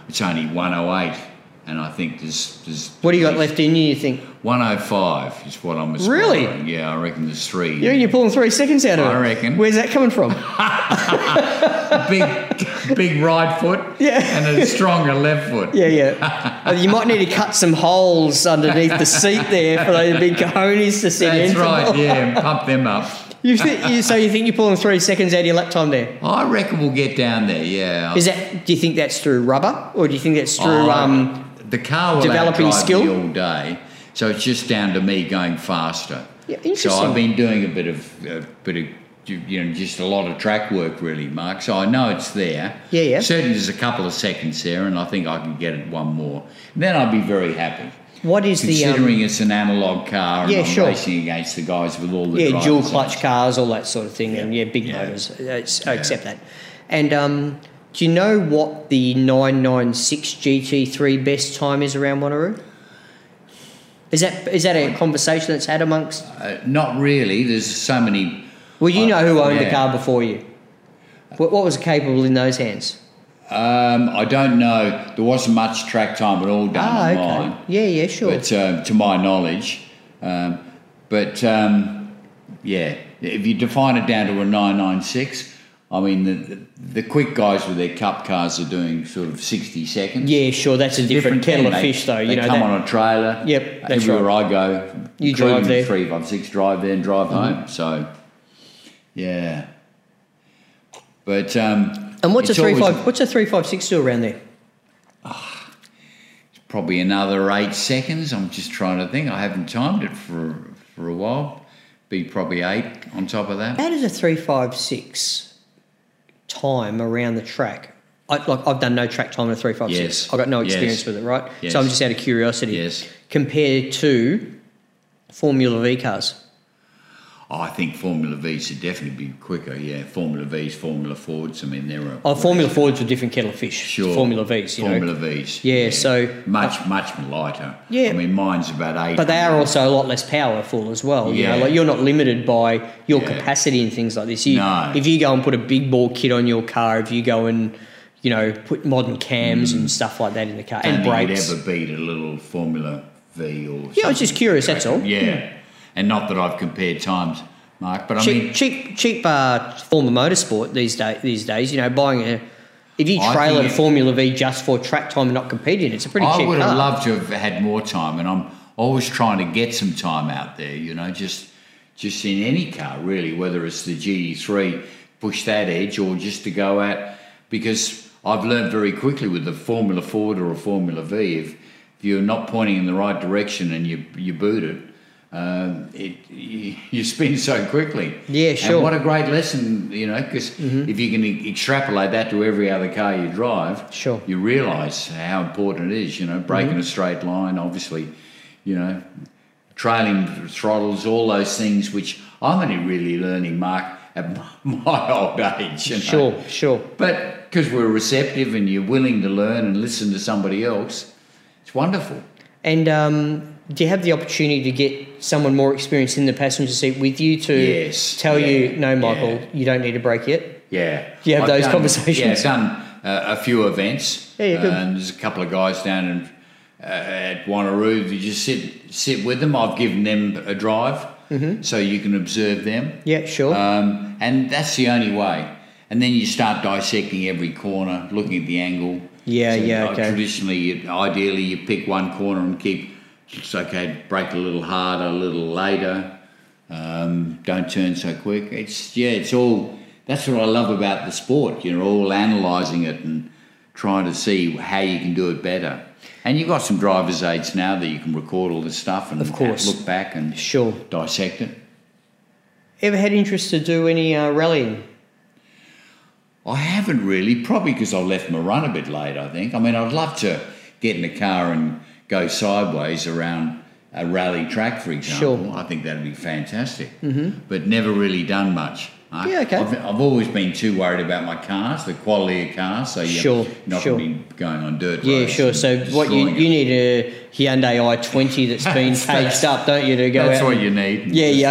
B: It's only 108, and I think there's there's
A: What do you got left in you? You think
B: 105 is what I'm
A: Really?
B: aspiring. Yeah, I reckon there's three.
A: you're you're pulling three seconds out of it?
B: I reckon.
A: Where's that coming from?
B: big, big right foot,
A: Yeah.
B: and a stronger left foot.
A: Yeah, yeah. Uh, you might need to cut some holes underneath the seat there for those big cojones to sit
B: That's
A: in. from.
B: right. Yeah, pump them up.
A: You, thi- you, so you think you're pulling three seconds out of your lap time there?
B: I reckon we'll get down there. Yeah.
A: Is that? Do you think that's through rubber, or do you think that's through?
B: Oh,
A: um,
B: the car will
A: developing
B: outdrive
A: skill?
B: me all day, so it's just down to me going faster.
A: Yeah,
B: so
A: interesting.
B: I've been doing a bit of a bit of you know just a lot of track work really, Mark. So I know it's there.
A: Yeah, yeah.
B: Certainly, there's a couple of seconds there, and I think I can get it one more. Then I'll be very happy.
A: what is the? Um,
B: Considering it's an analog car, and
A: Yeah,
B: I'm
A: sure.
B: racing against the guys with all the
A: yeah,
B: driver's
A: dual clutch
B: license.
A: cars, all that sort of thing, and yeah,
B: Yeah.
A: big
B: Yeah.
A: motors. It's, I accept that. And um, do you know what the 996 GT3 best time is around Wanneroo? Is that is that a conversation that's had amongst?
B: Uh, not really. There's so many.
A: Well, you
B: I-
A: know who owned the
B: yeah.
A: car before you. What, what was capable in those hands?
B: Um, I don't know. There wasn't much track time at all done
A: Ah, okay.
B: online,
A: Yeah, yeah, sure.
B: but um, to my knowledge, um, but um, yeah, if you define it down to a nine nine six, I mean the, the the quick guys with their cup cars are doing sort of sixty seconds.
A: Yeah, sure. That's a different,
B: thing.
A: kettle of
B: They-
A: fish, though.
B: they
A: You know,
B: come
A: that-
B: on a trailer.
A: Yep, that's
B: everywhere I go,
A: You drive
B: including the
A: there. Mm-hmm.
B: Three five six drive there and drive home. So, yeah. But um,
A: and what's a
B: it's
A: three
B: always
A: five? What's a three five six do around there?
B: Probably another eight seconds. I'm just trying to think. I haven't timed it for for a while. Be probably eight on top of that.
A: How does a three five six time around the track? I, like I've done no track time in a three five six.
B: Yes.
A: I've got no
B: Yes.
A: experience with it, right?
B: Yes.
A: So I'm just out of curiosity.
B: Yes.
A: Compared to Formula V cars,
B: I think Formula V's would definitely be quicker. Yeah, Formula V's, Formula Fords. I mean, they're a
A: oh, Formula Fords are a different kettle of fish.
B: sure
A: Formula V's, you know.
B: Formula V's.
A: Yeah, so-
B: much much lighter.
A: Yeah.
B: I mean, mine's about eight.
A: But they are also a lot less powerful as well. You know,
B: Yeah.
A: like you're not limited by your
B: Yeah.
A: capacity and things like this. You,
B: No.
A: If you go and put a big ball kit on your car, if you go and you know put modern cams
B: Mm.
A: and stuff like that in the car and
B: don't think
A: brakes.
B: You'd ever beat a little Formula V or
A: Yeah, I was
B: something.
A: just curious. That's all.
B: Yeah, and not that I've compared times, Mark. But I
A: cheap,
B: mean,
A: cheap, cheap uh, form of motorsport these day, These days, you know, buying a if you
B: I
A: trailer a
B: think it-
A: Formula V just for track time and not competing, it's a pretty
B: I
A: cheap
B: would
A: car.
B: have loved to have had more time, and I'm always trying to get some time out there. You know, just just in any car really, whether it's the GD3, push that edge, or just to go out because I've learned very quickly with the Formula Ford or a Formula V if if you're not pointing in the right direction and you you boot it. Um, it you, you spin so quickly.
A: Yeah,
B: And
A: sure.
B: what a great lesson, you know, because
A: Mm-hmm.
B: if you can e- extrapolate that to every other car you drive,
A: Sure. Mm-hmm.
B: you realise how important it is, you know, breaking a straight line, obviously, you know, trailing throttles, all those things, which I'm only really learning, Mark, at my, my old age. you know.
A: Sure, sure.
B: But because we're receptive and you're willing to learn and listen to somebody else, it's wonderful.
A: And um, do you have the opportunity to get someone more experienced in the passenger seat with you to
B: Yes,
A: tell
B: yeah,
A: you, no, Michael,
B: yeah.
A: you don't need a break yet?
B: Yeah.
A: Do you have those
B: done-
A: conversations?
B: Yeah, I've done uh, a few events.
A: Yeah, yeah, good.
B: And there's a couple of guys down in, uh, at Wanneroo. You just sit sit with them. I've given them a drive,
A: Mm-hmm.
B: so you can observe them.
A: Yeah, sure.
B: Um, and that's the only way. And then you start dissecting every corner, looking at the angle.
A: Yeah, yeah,
B: uh,
A: okay.
B: Traditionally, you, ideally, you pick one corner and keep. It's okay. Brake a little harder, a little later. Um, don't turn so quick. It's yeah. It's all. That's what I love about the sport. You're all analysing it and trying to see how you can do it better. And you've got some drivers' aids now that you can record all this stuff and
A: Of course.
B: look back and
A: Sure.
B: dissect it.
A: Ever had interest to do any uh, rallying?
B: I haven't really, probably because I left my run a bit late. I think. I mean, I'd love to get in the car and go sideways around a rally track, for example.
A: Sure.
B: I think that'd be fantastic. Mm-hmm. But never really done much. I-
A: Yeah, okay.
B: I've, I've always been too worried about my cars, the quality of cars. So you're
A: Sure,
B: not
A: sure.
B: going to be going on dirt
A: Yeah,
B: roads
A: sure.
B: and
A: So what you,
B: destroying
A: you
B: it.
A: need a Hyundai i20 that's been
B: That's- that's-
A: caged up, don't you, to go
B: That's
A: out?
B: what
A: and-
B: you need.
A: Yeah, yeah,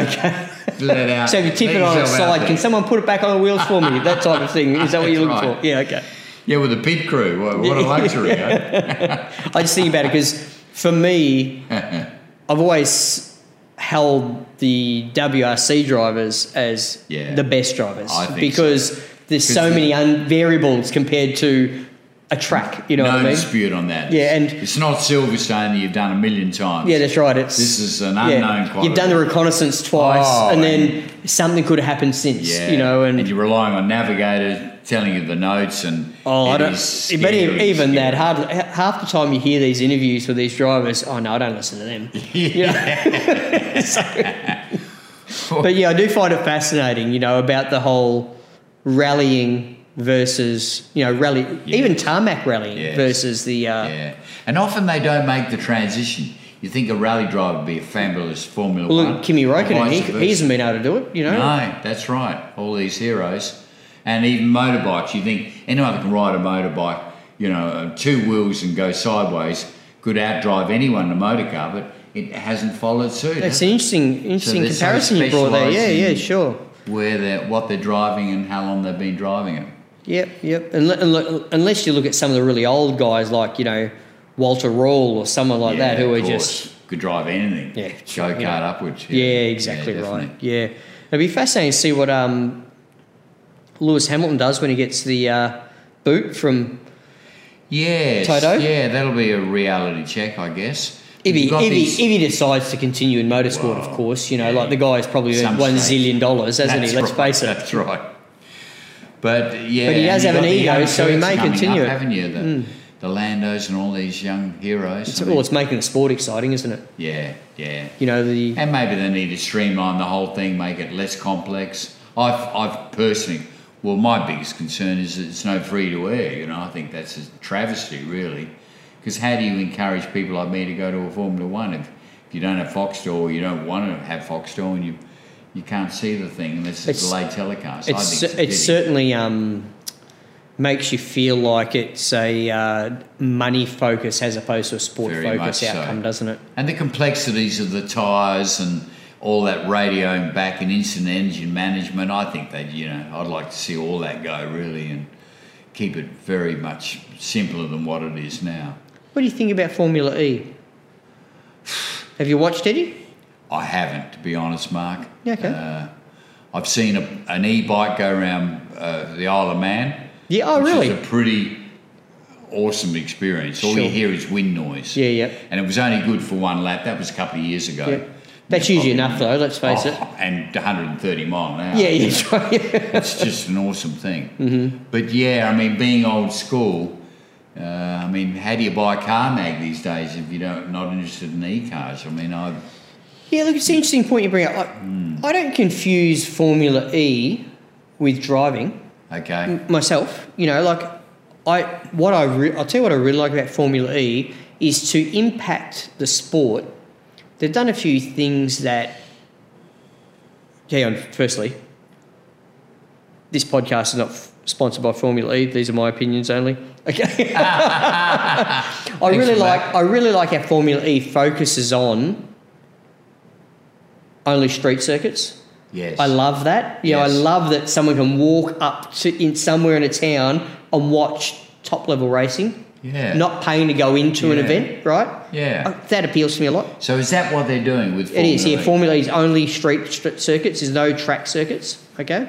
A: okay.
B: Let out.
A: So if you tip
B: let
A: it on its
B: yourself out
A: side,
B: there.
A: can someone put it back on the wheels for me? That type of thing. Is that what you're
B: That's
A: looking
B: right.
A: for? Yeah, okay.
B: Yeah, with a pit crew. What, what a luxury. eh?
A: I just think about it because for me,
B: Mm-hmm.
A: I've always held the WRC drivers as
B: Yeah.
A: the best drivers
B: I think so.
A: because there's so
B: Because
A: many un- variables compared to a track. You know
B: no
A: what I mean?
B: dispute on that.
A: Yeah, and-
B: it's not Silverstone that you've done a million times.
A: Yeah, that's right. It's
B: This is an
A: yeah.
B: unknown quantity.
A: You've done the reconnaissance twice,
B: Oh,
A: and then something could have happened since.
B: yeah.
A: You know, and,
B: you're relying on navigators telling you the notes and
A: oh, I
B: it
A: don't.
B: is
A: but
B: scary,
A: even, even that,
B: scary.
A: hard, half the time you hear these interviews with these drivers. Oh no, I don't listen to them. You know? So- but yeah, I do find it fascinating. You know about the whole rallying versus you know rally, even tarmac rallying
B: Yes.
A: versus the. Uh,
B: Yeah, and often they don't make the transition. You think a rally driver would be a fabulous Formula
A: Well,
B: One?
A: look, Kimi
B: or
A: Räikkönen, he,
B: vice
A: he
B: versa.
A: hasn't been able to do it. You know.
B: No, that's right. All these heroes, and even motorbikes. You think anyone that can ride a motorbike, you know, uh, two wheels and go sideways, could outdrive anyone in a motorcar, but it hasn't followed suit.
A: That's
B: has
A: an interesting, interesting
B: they're so
A: comparison you brought there. Yeah,
B: specialised
A: yeah,
B: in-
A: sure.
B: it? Where they're, what they're driving and how long they've been driving it.
A: Yep, yep. Unle- unle- Unless you look at some of the really old guys, like you know Walter Rawl or someone like that, who
B: of
A: are
B: course.
A: just
B: could drive anything.
A: Yeah,
B: go kart
A: yeah.
B: upwards.
A: yeah, exactly
B: definitely.
A: right. Yeah, it'd be fascinating to see what um, Lewis Hamilton does when he gets the uh, boot from.
B: Yes,
A: Toto?
B: Yeah, that'll be a reality check, I guess.
A: If he,
B: You've got
A: if, he,
B: these-
A: if he decides to continue in motorsport, of
B: Well,
A: course, you know,
B: yeah.
A: like the guy's probably
B: Some
A: earned one
B: stage.
A: zillion dollars, hasn't
B: That's
A: he? Let's
B: right,
A: face it.
B: That's right. But yeah,
A: But he does have an
B: and you've got the
A: ego,
B: young
A: so he
B: Turks
A: may
B: coming up,
A: continue it. Hmm.
B: haven't you? The, the Landos and all these young heroes.
A: It's,
B: I
A: well,
B: mean,
A: it's making the sport exciting, isn't it?
B: yeah, yeah.
A: You know the.
B: And maybe they need to streamline the whole thing, make it less complex. I've, I've personally, well, my biggest concern is that it's no free to air. You know, I think that's a travesty, really. Because how do you encourage people like me to go to a Formula One if, if you don't have Foxtel or you don't want to have Foxtel and you you can't see the thing unless it's,
A: It's-
B: a delayed telecast? I
A: it's
B: think it's a
A: it
B: pity.
A: certainly um, makes you feel like it's a uh, money focus as opposed to a sport
B: Very
A: focus
B: much so.
A: outcome, doesn't it?
B: And the complexities of the tyres and all that radio and back and instant engine management, I think that, you know, I'd like to see all that go really and keep it very much simpler than what it is now.
A: What do you think about Formula E? Have you watched Eddie?
B: I haven't, to be honest, Mark.
A: Yeah, okay.
B: Uh, I've seen a, an e bike go around uh, the Isle of Man.
A: Yeah. Oh,
B: which
A: really?
B: It's a pretty awesome experience. All
A: Sure.
B: you hear is wind noise.
A: Yeah, yeah.
B: And it was only good for one lap. That was a couple of years ago.
A: Yeah. That's usually enough, though. Let's face it.
B: Oh, And 130 mile an hour.
A: Yeah, yeah, Mm-hmm. that's right.
B: it's just an awesome thing. But yeah, I mean, being old school, uh, I mean, how do you buy a car mag these days if you don't not interested in e cars? I mean, I
A: yeah, look, it's an interesting point you bring up. I,
B: Hmm.
A: I don't confuse Formula E with driving. Mm,
B: okay,
A: myself, you know, like I what I re- I'll tell you what I really like about Formula E is to impact the sport They've done a few things that. Hang on, firstly, this podcast is not f- sponsored by Formula E. These are my opinions only. Okay. I really
B: for
A: like
B: that.
A: I really like how Formula E focuses on only street circuits.
B: Yes.
A: I love that. You know, I
B: Yes.
A: love that someone can walk up to in somewhere in a town and watch top level racing,
B: Yeah.
A: not paying to go into an
B: Yeah.
A: event, right?
B: Yeah.
A: Uh, That appeals to me a lot.
B: So is that what they're doing with
A: It
B: Formula
A: is, yeah.
B: E?
A: Formula E's only street, street circuits. There's no track circuits. Okay.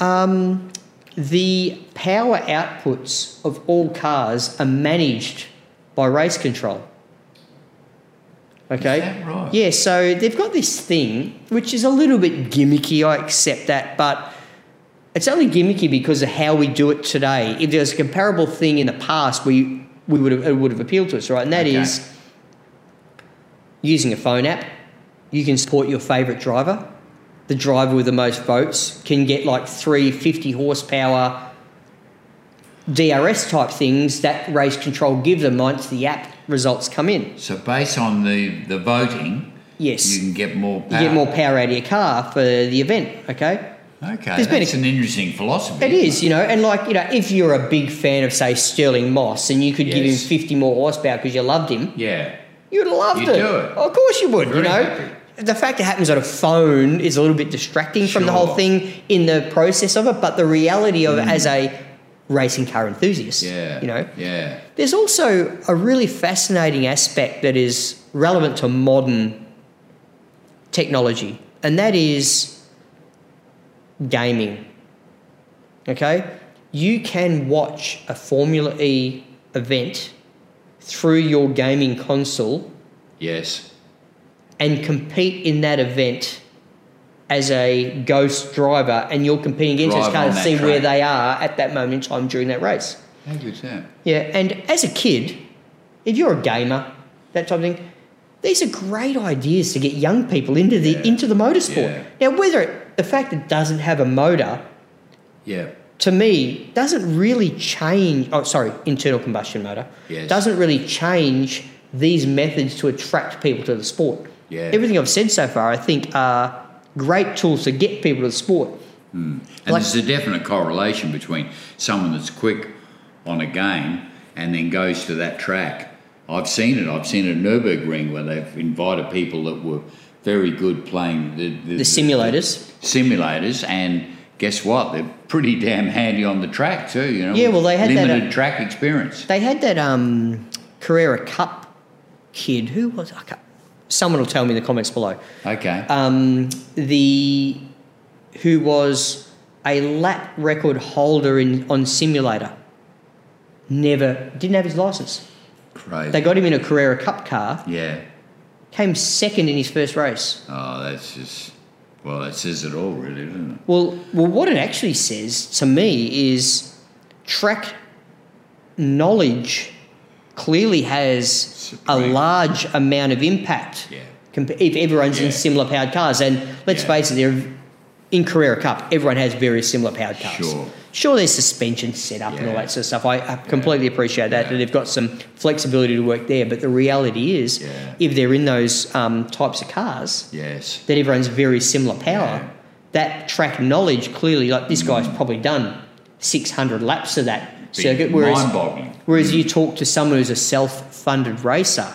A: Um, the power outputs of all cars are managed by race control. E, Okay.
B: that right?
A: Yeah. So they've got this thing which is a little bit gimmicky. I accept that, but it's only gimmicky because of how we do it today. If there was a comparable thing in the past, we we would have it would have appealed to us, right? And that is
B: Okay.
A: using a phone app, you can support your favourite driver. The driver with the most votes can get like three 50 horsepower DRS type things that race control give them once the app results come in.
B: So based on the, the voting,
A: Yes.
B: you
A: You,
B: can get more power.
A: get more power out of your car for the event, okay?
B: Okay,
A: There's been
B: that's an interesting philosophy.
A: It is, you know, and like, you know, if you're a big fan of, say, Sterling Moss and you could give him
B: Yes.
A: 50 more horsepower because you loved him,
B: Yeah.
A: You'd love
B: You'd
A: to.
B: do it.
A: Of course you would, you
B: Very
A: know.
B: happy.
A: The fact it happens on a phone is a little bit distracting from the whole
B: Sure. Mm.
A: thing in the process of it, but the reality of it as a racing car enthusiast,
B: Yeah.
A: you know.
B: Yeah.
A: There's also a really fascinating aspect that is relevant to modern technology, and that is gaming. Okay? You can watch a Formula E event through your gaming console
B: Yes.
A: and compete in that event as a ghost driver, and you're competing against
B: Drive
A: those cars
B: on
A: to
B: that
A: see where
B: track.
A: they are at that moment in time during that race.
B: How good's that?
A: Yeah, and as a kid, if you're a gamer, that type of thing, these are great ideas to get young people into the
B: Yeah.
A: into the motorsport. Now, whether it, the fact it doesn't have a motor
B: Yeah.
A: to me doesn't really change. Oh, sorry, internal combustion motor
B: Yes.
A: doesn't really change these methods to attract people to the sport.
B: Yeah.
A: Everything I've said so far, I think, are great tools to get people to the sport.
B: And
A: Like-
B: there's a definite correlation between someone that's quick on a game and then goes to that track. I've seen it. I've seen it at Nürburgring where they've invited people that were very good playing the,
A: The simulators.
B: simulators and guess what? They're pretty damn handy on the track too. You know,
A: Yeah,
B: with
A: well, they had that, uh,
B: limited track experience.
A: They had that um, Carrera Cup kid. Who was? I can't, someone will tell me in the comments below.
B: Okay.
A: Um, the who was a lap record holder in on simulator. Never didn't have his license.
B: Crazy.
A: They got him in a Carrera Cup car.
B: yeah.
A: Came second in his first race.
B: Oh, that's just well, that says it all, really, doesn't it?
A: Well, well, what it actually says to me is track knowledge clearly has a
B: Supreme.
A: large amount of impact.
B: Yeah.
A: comp- if everyone's in
B: Yeah.
A: similar powered cars. And let's
B: Yeah.
A: face it, they're in Carrera Cup, everyone has very similar powered cars.
B: Sure.
A: Sure, there's suspension set up and all
B: Yeah.
A: that sort of stuff. I, I completely appreciate that,
B: Yeah.
A: that they've got some flexibility to work there. But the reality is,
B: Yeah.
A: if they're in those um, types of cars,
B: Yes.
A: that everyone's very similar power,
B: Yeah.
A: that track knowledge clearly, like this guy's probably done 600 laps of that
B: Be
A: circuit. Whereas,
B: mind-boggling.
A: Whereas you talk to someone who's a self-funded racer,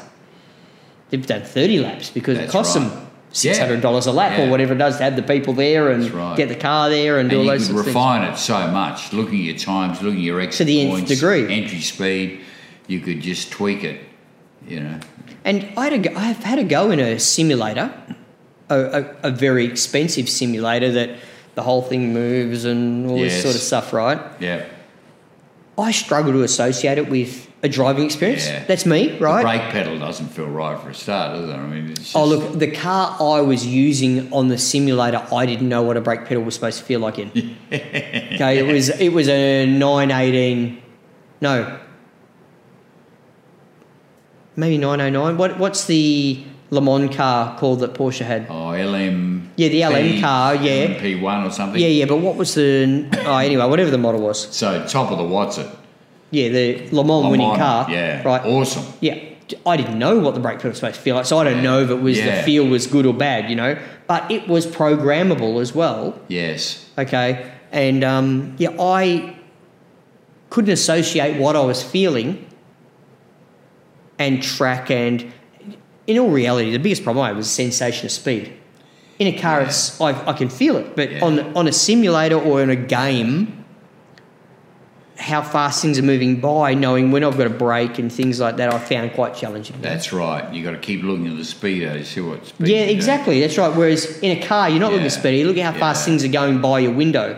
A: they've done 30 laps because it
B: That's
A: costs
B: right.
A: them $600 a lap
B: Yeah.
A: or whatever it does to have the people there and
B: That's right.
A: get the car there and, do all
B: And you
A: those
B: could
A: sorts of things.
B: refine it so much, looking at your times, looking at your exit
A: the nth
B: points,
A: degree.
B: entry speed. You could just tweak it, you know.
A: And I had a go, I've had a go in a simulator, a, a, a very expensive simulator that the whole thing moves and all this
B: Yes.
A: sort of stuff, right?
B: Yeah.
A: I struggle to associate it with a driving experience.
B: Yeah.
A: That's me,
B: The
A: right?
B: brake pedal doesn't feel right for a start, does it? I mean, it's just,
A: Oh, look, the car I was using on the simulator, I didn't know what a brake pedal was supposed to feel like in. okay, it was it was a 918, no, maybe 909. What what's the Le Mans car called that Porsche had?
B: Oh, LM.
A: Yeah, the LM car, yeah.
B: P1 or something.
A: Yeah, yeah, but what was the oh anyway, whatever the model was.
B: So top of the what's it?
A: Yeah, the Le Mans
B: Le
A: winning
B: Mans,
A: car.
B: Yeah.
A: right.
B: Awesome.
A: Yeah. I didn't know what the brake pedal was supposed to feel like, so I don't know if it was the
B: Yeah.
A: feel was good or bad, you know. But it was programmable as well,
B: Yes.
A: okay. And um, yeah, I couldn't associate what I was feeling and track. And in all reality, the biggest problem I had was sensation of speed. In a car, it's I, I can feel it, but
B: Yeah.
A: on on a simulator or in a game, how fast things are moving by, knowing when I've got a break and things like that, I found quite challenging.
B: That's right. You got to keep looking at the speedo to see what speed.
A: yeah,
B: you're doing.
A: exactly. That's right. Whereas in a car, you're not looking at
B: Yeah.
A: speed. You look at how fast
B: Yeah. Mm.
A: things are going by your window.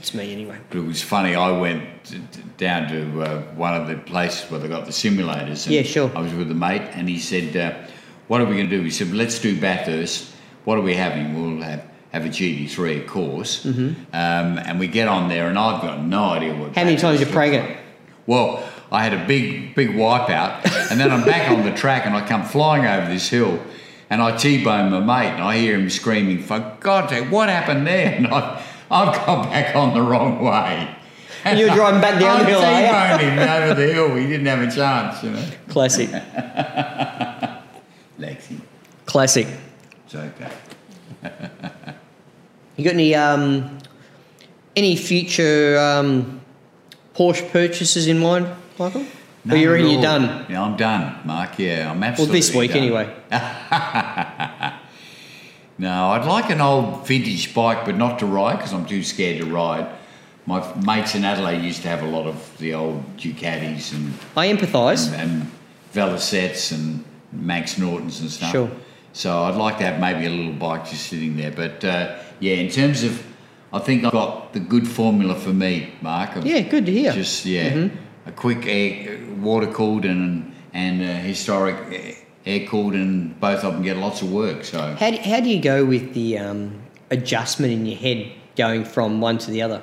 A: It's me anyway.
B: But it was funny. I went d- d- down to uh, one of the places where they got the simulators. And
A: Yeah, sure.
B: I was with a mate, and he said, uh, "What are we going to do?" He said, "Let's do Bathurst. What are we having? We'll have." Have a GD3, of course,
A: Mm-hmm.
B: um, and we get on there, and I've got no idea what.
A: How many times
B: Bathurst
A: you're pregnant?
B: Well, I had a big, big wipeout, and then I'm back on the track, and I come flying over this hill, and I T-bone my mate, and I hear him screaming, "For God's sake, what happened there?" And I've, I've gone back on the wrong way.
A: And you're driving back down
B: I
A: the hill, are you?
B: T-boned him over the hill. He didn't have a chance, you know.
A: Classic.
B: Lexi,
A: Classic.
B: it's okay.
A: You got any um, any future um, Porsche purchases in mind, Michael? or you
B: None
A: reckon
B: at
A: you're
B: all.
A: done?
B: Yeah, I'm done, Mark. Yeah, I'm
A: Well,
B: absolutely.
A: this week
B: done.
A: anyway.
B: No, I'd like an old vintage bike, but not to ride because I'm too scared to ride. My f- mates in Adelaide used to have a lot of the old Ducatis and
A: I empathise.
B: and Velocets and Max Nortons and stuff.
A: Sure.
B: So I'd like to have maybe a little bike just sitting there. But uh, yeah, in terms of, I think I've got the good formula for me, Mark. of
A: Yeah, Mm-hmm. good to hear.
B: Just yeah, a quick air, water cooled and and uh, historic air cooled, and both of them get lots of work. So
A: How do, how do you go with the um, adjustment in your head going from one to the other?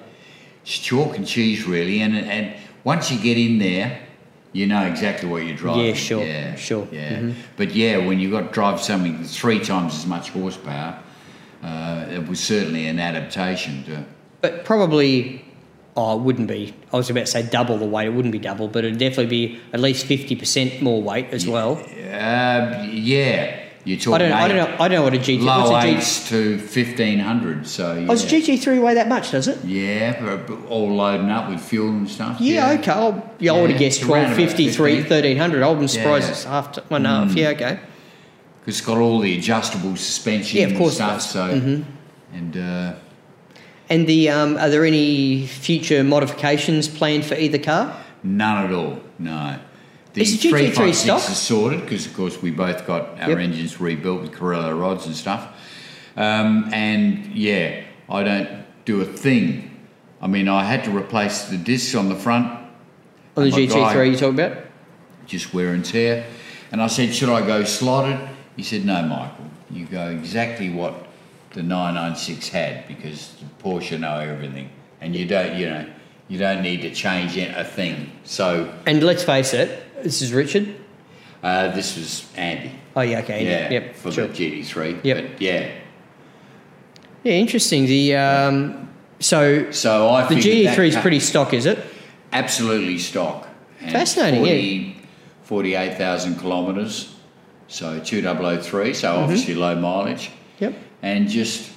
B: it's chalk and cheese really. And and once you get in there. You know exactly what you're driving.
A: Yeah, sure,
B: Yeah,
A: sure. Mm-hmm.
B: Yeah, but yeah, when you got to drive something that's three times as much horsepower, uh, it was certainly an adaptation to.
A: But probably, oh, it wouldn't be. I was about to say double the weight. It wouldn't be double, but it'd definitely be at least 50% more weight as well.
B: Uh, yeah, you're talking.
A: I don't, I
B: eight-
A: don't know. I don't know what a GT.
B: Low
A: What's a G,
B: eights to fifteen hundred. So yeah,
A: oh, does GT3 weigh that much? Does it?
B: yeah, but- but all loading up with fuel and stuff.
A: Yeah. Okay. I'll, yeah, I would have
B: Yeah,
A: guessed
B: it's around about
A: 1250, 3,
B: 50.
A: 1300. I wasn't surprised
B: Yeah. Hmm.
A: it's half to, one and a half. Yeah. Okay.
B: because it's got all the adjustable suspension.
A: Yeah, of course it
B: And
A: does. Mm-hmm.
B: stuff, so and uh,
A: And the um, are there any future modifications planned for either car?
B: none at all. No. The
A: Is the GT3
B: 356
A: stock?
B: is sorted because, of course, we both got our
A: Yep.
B: engines rebuilt with Corella rods and stuff. Um, and yeah, I don't do a thing. I mean, I had to replace the discs on the front
A: On the
B: Oh my
A: GT3
B: God.
A: you talk about?
B: just wear and tear. And I said, should I go slotted? He said, no, Michael, you go exactly what the 996 had because the Porsche know everything, and you don't, you know, you don't need to change a thing. So
A: And let's face it, this is Richard.
B: uh, this was Andy,
A: Oh yeah, okay.
B: yeah,
A: Yeah. Yep.
B: for
A: sure.
B: the GT3.
A: Yep.
B: But yeah,
A: Yeah, interesting. The um, so
B: so I
A: the
B: figured that
A: GT3 is
B: car-
A: pretty stock, is it?
B: absolutely stock. And
A: Fascinating,
B: yeah. 48,000 kilometres, so 2003, so
A: Mm-hmm.
B: obviously low mileage.
A: Yep.
B: and just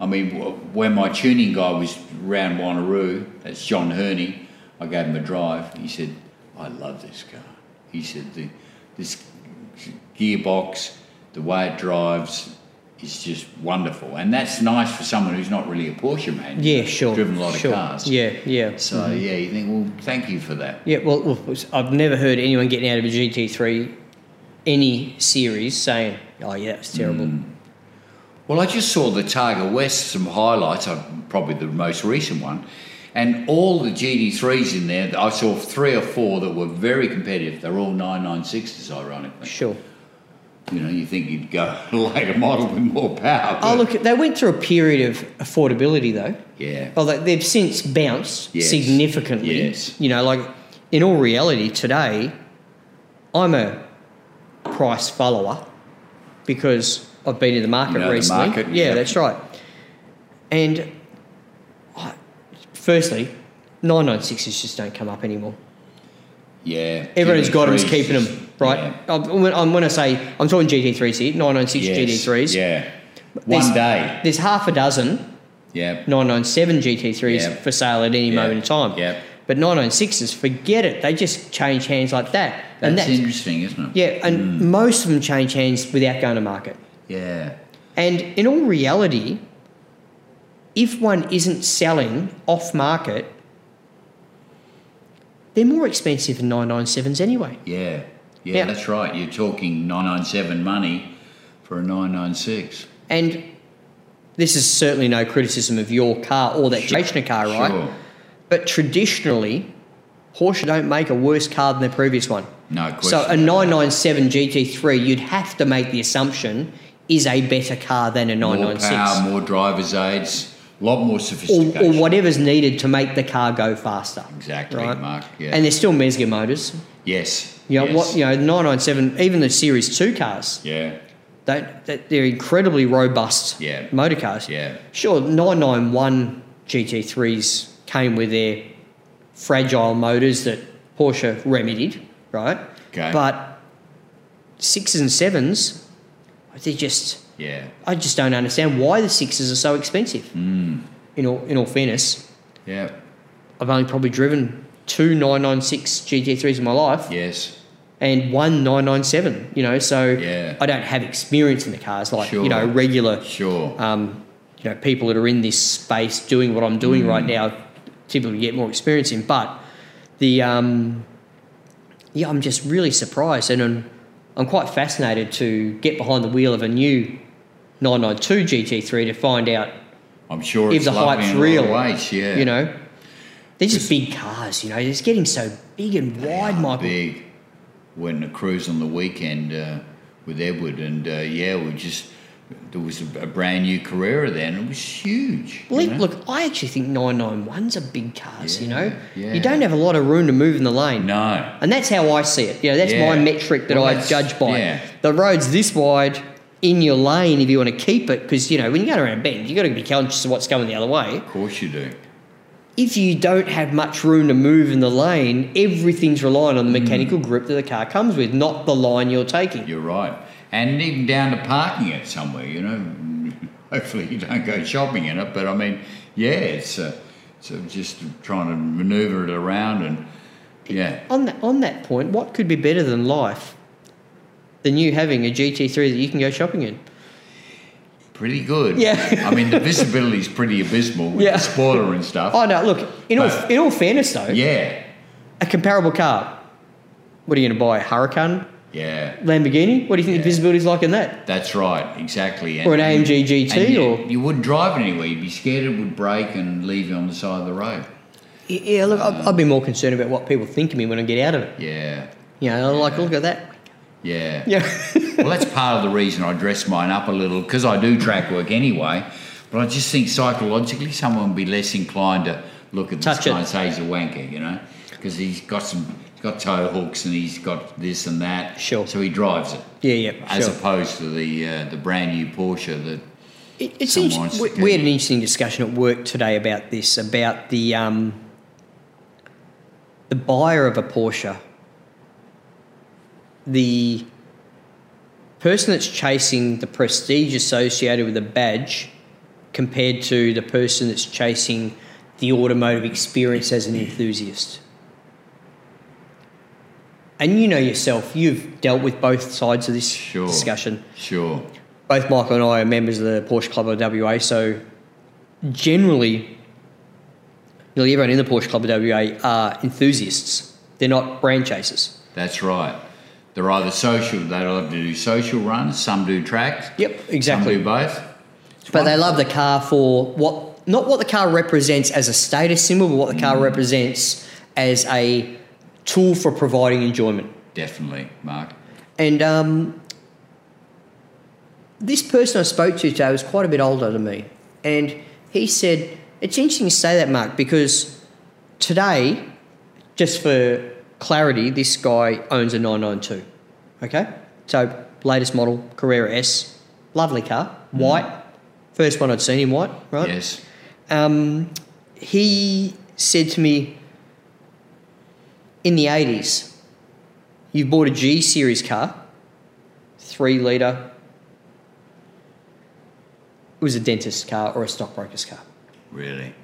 B: I mean w- when my tuning guy was round Wanneroo that's John Herney I gave him a drive he said I love this car he said the this gearbox the way it drives is just wonderful and that's nice for someone who's not really a Porsche man
A: Yeah, sure.
B: driven a lot
A: sure.
B: of cars
A: Yeah, Mm-hmm. yeah.
B: so yeah you think well thank you for that
A: Yeah, well, well, I've never heard anyone getting out of a GT3 any series saying, "Oh yeah, it's terrible."
B: Mm. Well, I just saw the Targa West, some highlights, uh, probably the most recent one, and all the GD3s in there, I saw three or four that were very competitive. They're all 996s, ironically.
A: Sure.
B: You know, you think you'd go a later model with more power.
A: Oh
B: but-
A: look, they went through a period of affordability though.
B: Yeah.
A: Although they've since bounced
B: Yes.
A: significantly.
B: Yes.
A: You know, like in all reality today, I'm a price follower because I've been in the market
B: You know the
A: recently.
B: market,
A: yeah,
B: yeah.
A: that's right. And I, firstly, 996s just don't come up anymore.
B: Yeah.
A: Everyone's got them's
B: GT3s,
A: keeping them, right? I'm, when, I'm, when I say, I'm talking GT3s here, 996
B: Yes,
A: GT3s.
B: Yeah. One
A: There's-
B: day.
A: There's half a dozen
B: Yeah.
A: 997 GT3s
B: Yeah.
A: for sale at any
B: Yeah.
A: moment in time.
B: Yeah.
A: But 996s, forget it. They just change hands like that.
B: That's,
A: and that's,
B: interesting, isn't it? Mm.
A: yeah, and most of them change hands without going to market.
B: Yeah.
A: And in all reality, if one isn't selling off market, they're more expensive than 997s anyway.
B: Yeah. Yeah.
A: Yeah.
B: That's right. You're talking 997 money for a 996.
A: And this is certainly no criticism of your car or that
B: Sure,
A: Jason car, right?
B: Sure.
A: But traditionally, Porsche don't make a worse car than their previous one.
B: No question.
A: So a 997 GT3, you'd have to make the assumption is a better car than a
B: more
A: 996.
B: power, more driver's aids, a lot
A: or,
B: more
A: or
B: sophistication.
A: whatever's needed to make the car go faster.
B: Exactly,
A: right?
B: Mark. Yeah.
A: And they're still Mesga motors.
B: yes.
A: You know,
B: yes.
A: what, you know, 997, even the Series 2 cars,
B: yeah.
A: they, they, they're incredibly robust
B: Yeah.
A: motor cars.
B: Yeah.
A: Sure, 991 GT3s came with their fragile motors that Porsche remedied, right?
B: Okay.
A: But sixes and sevens, they just,
B: Yeah.
A: I just don't understand why the sixes are so expensive.
B: Hmm.
A: In, all, in all fairness,
B: Yeah.
A: I've only probably driven two 996 GT3s in my life
B: Yes.
A: and one 997, you know, so
B: Yeah.
A: I don't have experience in the cars like, you know,
B: Sure.
A: regular
B: Sure.
A: um, you know, people that are in this space doing what I'm doing
B: Mm.
A: right now typically get more experience in. But the um, yeah, I'm just really surprised, and I'm, I'm quite fascinated to get behind the wheel of a new 992 GT3 to find out,
B: I'm sure
A: if
B: it's
A: the
B: lovely
A: hype's
B: in a lot of
A: real,
B: ways, yeah.
A: you know, they're just big cars. You know, it's getting so big and
B: They
A: wide,
B: are
A: Michael.
B: Big. Went on a cruise on the weekend uh, with Edward, and uh, yeah, we just there was a, a brand new Carrera then. It was huge. you
A: Well,
B: know?
A: Look, I actually think 991s are big cars. you know,
B: Yeah,
A: you
B: yeah.
A: don't have a lot of room to move in the lane.
B: No.
A: And that's how I see it. You know, that's
B: Yeah.
A: my metric that
B: Well,
A: I
B: that's-
A: judge by.
B: yeah.
A: The road's this wide in your lane if you want to keep it, because you know when you go around a bend, you've got to be conscious of what's going the other way.
B: Of course you do.
A: If you don't have much room to move in the lane, everything's reliant on the
B: Mm.
A: mechanical grip that the car comes with, not the line you're taking.
B: You're right. And even down to parking it somewhere, you know. Hopefully you don't go shopping in it, but I mean, yeah, it's uh, so just trying to manoeuvre it around and yeah,
A: On that on that point, what could be better than life than you having a GT3 that you can go shopping in?
B: pretty good.
A: Yeah.
B: I mean, the visibility is pretty abysmal with
A: Yeah.
B: the spoiler and stuff.
A: Oh no! Look, in all
B: But-
A: in all fairness though,
B: yeah,
A: a comparable car. What are you going to buy? A Huracan?
B: yeah,
A: Lamborghini? What do you think the
B: Yeah.
A: visibility's like in that?
B: that's right, exactly. And,
A: Or an AMG
B: and
A: GT?
B: you,
A: Or
B: you wouldn't drive it anywhere. You'd be scared it would break and leave you on the side of the road.
A: yeah, look, I'd, I'd be more concerned about what people think of me when I get out of it.
B: Yeah,
A: You know, I'm like, look at that.
B: yeah.
A: Yeah,
B: well, that's part of the reason I dress mine up a little because I do track work anyway. But I just think psychologically, someone would be less inclined to look at this
A: Touch it.
B: guy and say he's a wanker, you know, because he's got some, he's got toe hooks and he's got this and that.
A: Sure.
B: So he drives it,
A: yeah, yeah.
B: as
A: sure.
B: opposed to the uh, the brand new Porsche that.
A: It, it's
B: someone
A: inter-
B: wants to
A: we,
B: do
A: we
B: it.
A: had an interesting discussion at work today about this, about the um, the buyer of a Porsche, the person that's chasing the prestige associated with a badge, compared to the person that's chasing the automotive experience as an enthusiast. And you know yourself, you've dealt with both sides of this
B: Sure.
A: discussion
B: Sure.
A: both Michael and I are members of the Porsche Club of WA, so generally, nearly everyone in the Porsche Club of WA are enthusiasts. They're not brand chasers.
B: That's right. They're either social, they love to do social runs, some do tracks.
A: Yep,
B: Some do
A: exactly.
B: both.
A: But they love the car for what, not what the car represents as a status symbol, but what the car represents as a tool for providing enjoyment.
B: Definitely, Mark.
A: And um, this person I spoke to today was quite a bit older than me. And he said, It's interesting you say that, Mark, because today, just for clarity, this guy owns a 992. Okay? So, latest model, Carrera S. Lovely car. White. First one I'd seen in white, right?
B: Yes.
A: um, he said to me in the 80s You've bought a G series car, three litre. It was a dentist's car or a stockbroker's car.
B: Really?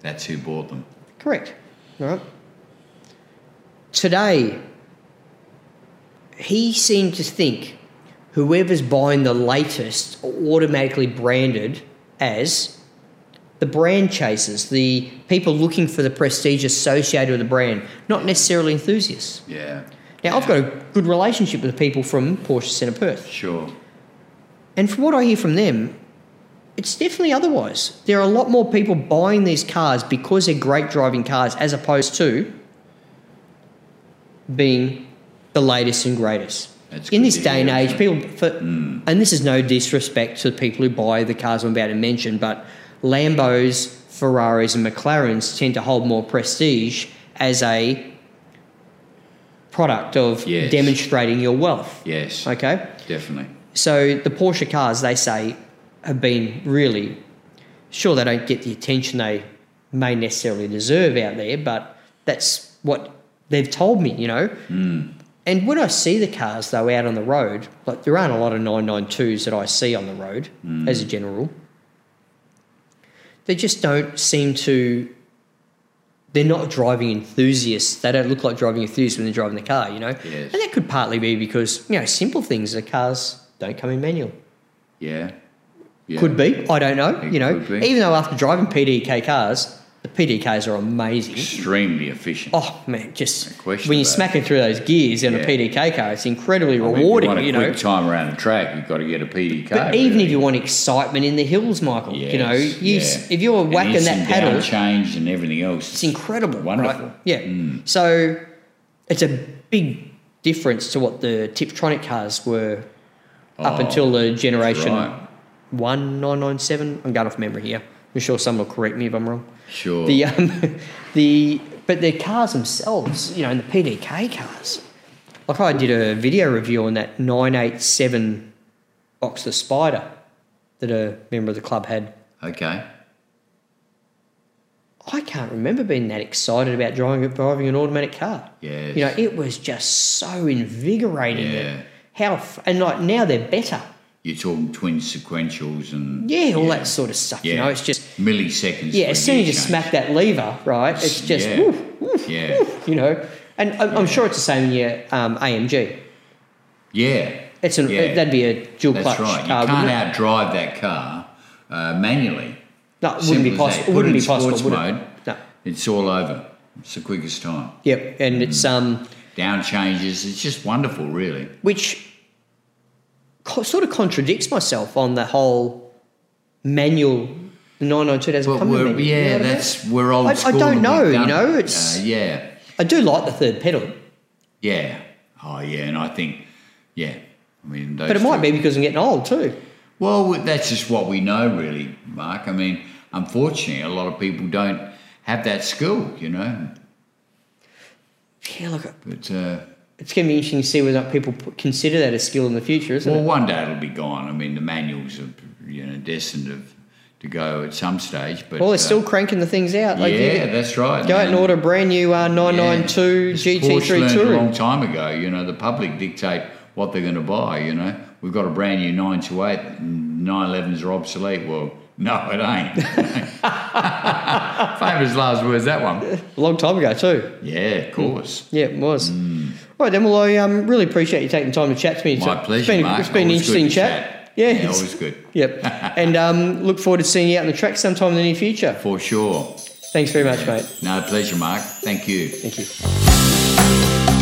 B: That's who bought them.
A: Correct. All right. Today, he seemed to think whoever's buying the latest are automatically branded as the brand chasers, the people looking for the prestige associated with the brand, not necessarily enthusiasts.
B: Yeah.
A: Now, I've got a good relationship with the people from Porsche Centre Perth.
B: Sure.
A: And from what I hear from them, it's definitely otherwise. There are a lot more people buying these cars because they're great driving cars as opposed to being the latest and greatest.
B: That's
A: In
B: good
A: this
B: to
A: day and
B: hear,
A: age,
B: isn't Mm.
A: people, for, and this is no disrespect to the people who buy the cars I'm about to mention, but Lambos, Ferraris, and McLarens tend to hold more prestige as a product of
B: Yes.
A: demonstrating your wealth.
B: Yes.
A: Okay?
B: Definitely.
A: So the Porsche cars, they say, have been really sure they don't get the attention they may necessarily deserve out there, but that's what they've told me, you know. And when I see the cars though out on the road, like there aren't a lot of 992s that I see on the road as a general rule. They just don't seem to. They're not driving enthusiasts. They don't look like driving enthusiasts when they're driving the car, you know.
B: Yes.
A: And that could partly be because you know simple things. The cars don't come in manual.
B: Yeah. Yeah.
A: Could be. I don't know.
B: It
A: you know,
B: could be.
A: even though after driving PDK cars, the PDKs are amazing.
B: Extremely efficient.
A: Oh man, just when
B: question
A: you're
B: about it.
A: smacking through those gears in
B: Yeah.
A: a PDK car, it's incredibly
B: I mean,
A: rewarding.
B: If
A: you
B: you want a
A: know,
B: quick time around the track, you've got to get a PDK.
A: But even if you want excitement in the hills, Michael, you know, you, s if you're whacking that paddle,
B: change and everything else,
A: it's incredible. right?
B: Wonderful. Mm.
A: Yeah. So it's a big difference to what the Tiptronic cars were up
B: Oh,
A: until the generation
B: right.
A: 1997. I'm going off memory here. I'm sure someone will correct me if I'm wrong.
B: Sure.
A: The um, the but the cars themselves, you know, and the PDK cars. Like I did a video review on that 987 Boxer Spider that a member of the club had.
B: okay.
A: I can't remember being that excited about driving driving an automatic car.
B: Yes.
A: You know, it was just so invigorating.
B: Yeah.
A: How f- and like now they're better.
B: You're talking twin sequentials and
A: Yeah, all that sort of stuff. You know, it's just
B: milliseconds.
A: yeah.
B: for
A: As soon as you
B: gear change.
A: smack that lever, right? It's just
B: yeah.
A: woof, woof,
B: Yeah.
A: woof, you know. And I'm, I'm sure it's the same in your um, AMG.
B: yeah,
A: It's an
B: Yeah.
A: that'd be a dual
B: that's
A: clutch
B: right. You
A: car. wouldn't
B: can't outdrive that car uh, manually.
A: it? no, it wouldn't be
B: Simple as that.
A: possible. It
B: Put
A: wouldn't
B: it
A: be
B: in
A: possible.
B: sports
A: Would it?
B: mode.
A: No.
B: It's all over. It's the quickest time.
A: Yep. And it's
B: Mm.
A: um,
B: Down changes. It's just wonderful, really.
A: which co- sort of contradicts myself on the whole manual. The 992 doesn't
B: But
A: come in
B: we're,
A: manual. you know
B: yeah,
A: what I mean?
B: that's we're old
A: I- I
B: school.
A: don't
B: and we've
A: know, you
B: done
A: know,
B: it.
A: it's-
B: uh, yeah,
A: I do like the third pedal,
B: yeah, oh yeah, and I think yeah, I mean, those
A: but it might
B: two-
A: be because I'm getting old too.
B: Well, w- that's just what we know, really, Mark. I mean, unfortunately, a lot of people don't have that skill, you know.
A: Yeah, look,
B: But uh,
A: it's going to be interesting to see whether or not people p- consider that a skill in the future, isn't
B: well,
A: it?
B: one day it'll be gone. I mean, the manuals are you know destined to, to go at some stage. But
A: Well, they're
B: uh,
A: still cranking the things out. Like you
B: yeah,
A: could
B: that's right.
A: go out and
B: man.
A: order a brand new uh, 992
B: It's Porsche
A: GT3
B: learned a long
A: Touring.
B: time ago. You know, the public dictate what they're going to buy. You know, we've got a brand new nine to eight. Nine elevens are obsolete. Well, no, it ain't. Famous last words. That one.
A: A long time ago too.
B: Yeah, of course.
A: Yeah, it was. All right, then. Well, I um, really appreciate you taking time to chat to me.
B: Mm. My
A: It's
B: pleasure,
A: been,
B: Mark.
A: It's been an
B: Always good
A: interesting
B: to
A: chat.
B: chat.
A: Yeah,
B: Yeah,
A: it's-
B: always good.
A: Yep. and um, look forward to seeing you out on the track sometime in the near future.
B: For sure.
A: Thanks very much, mate.
B: No, pleasure, Mark. Thank you.
A: Thank you.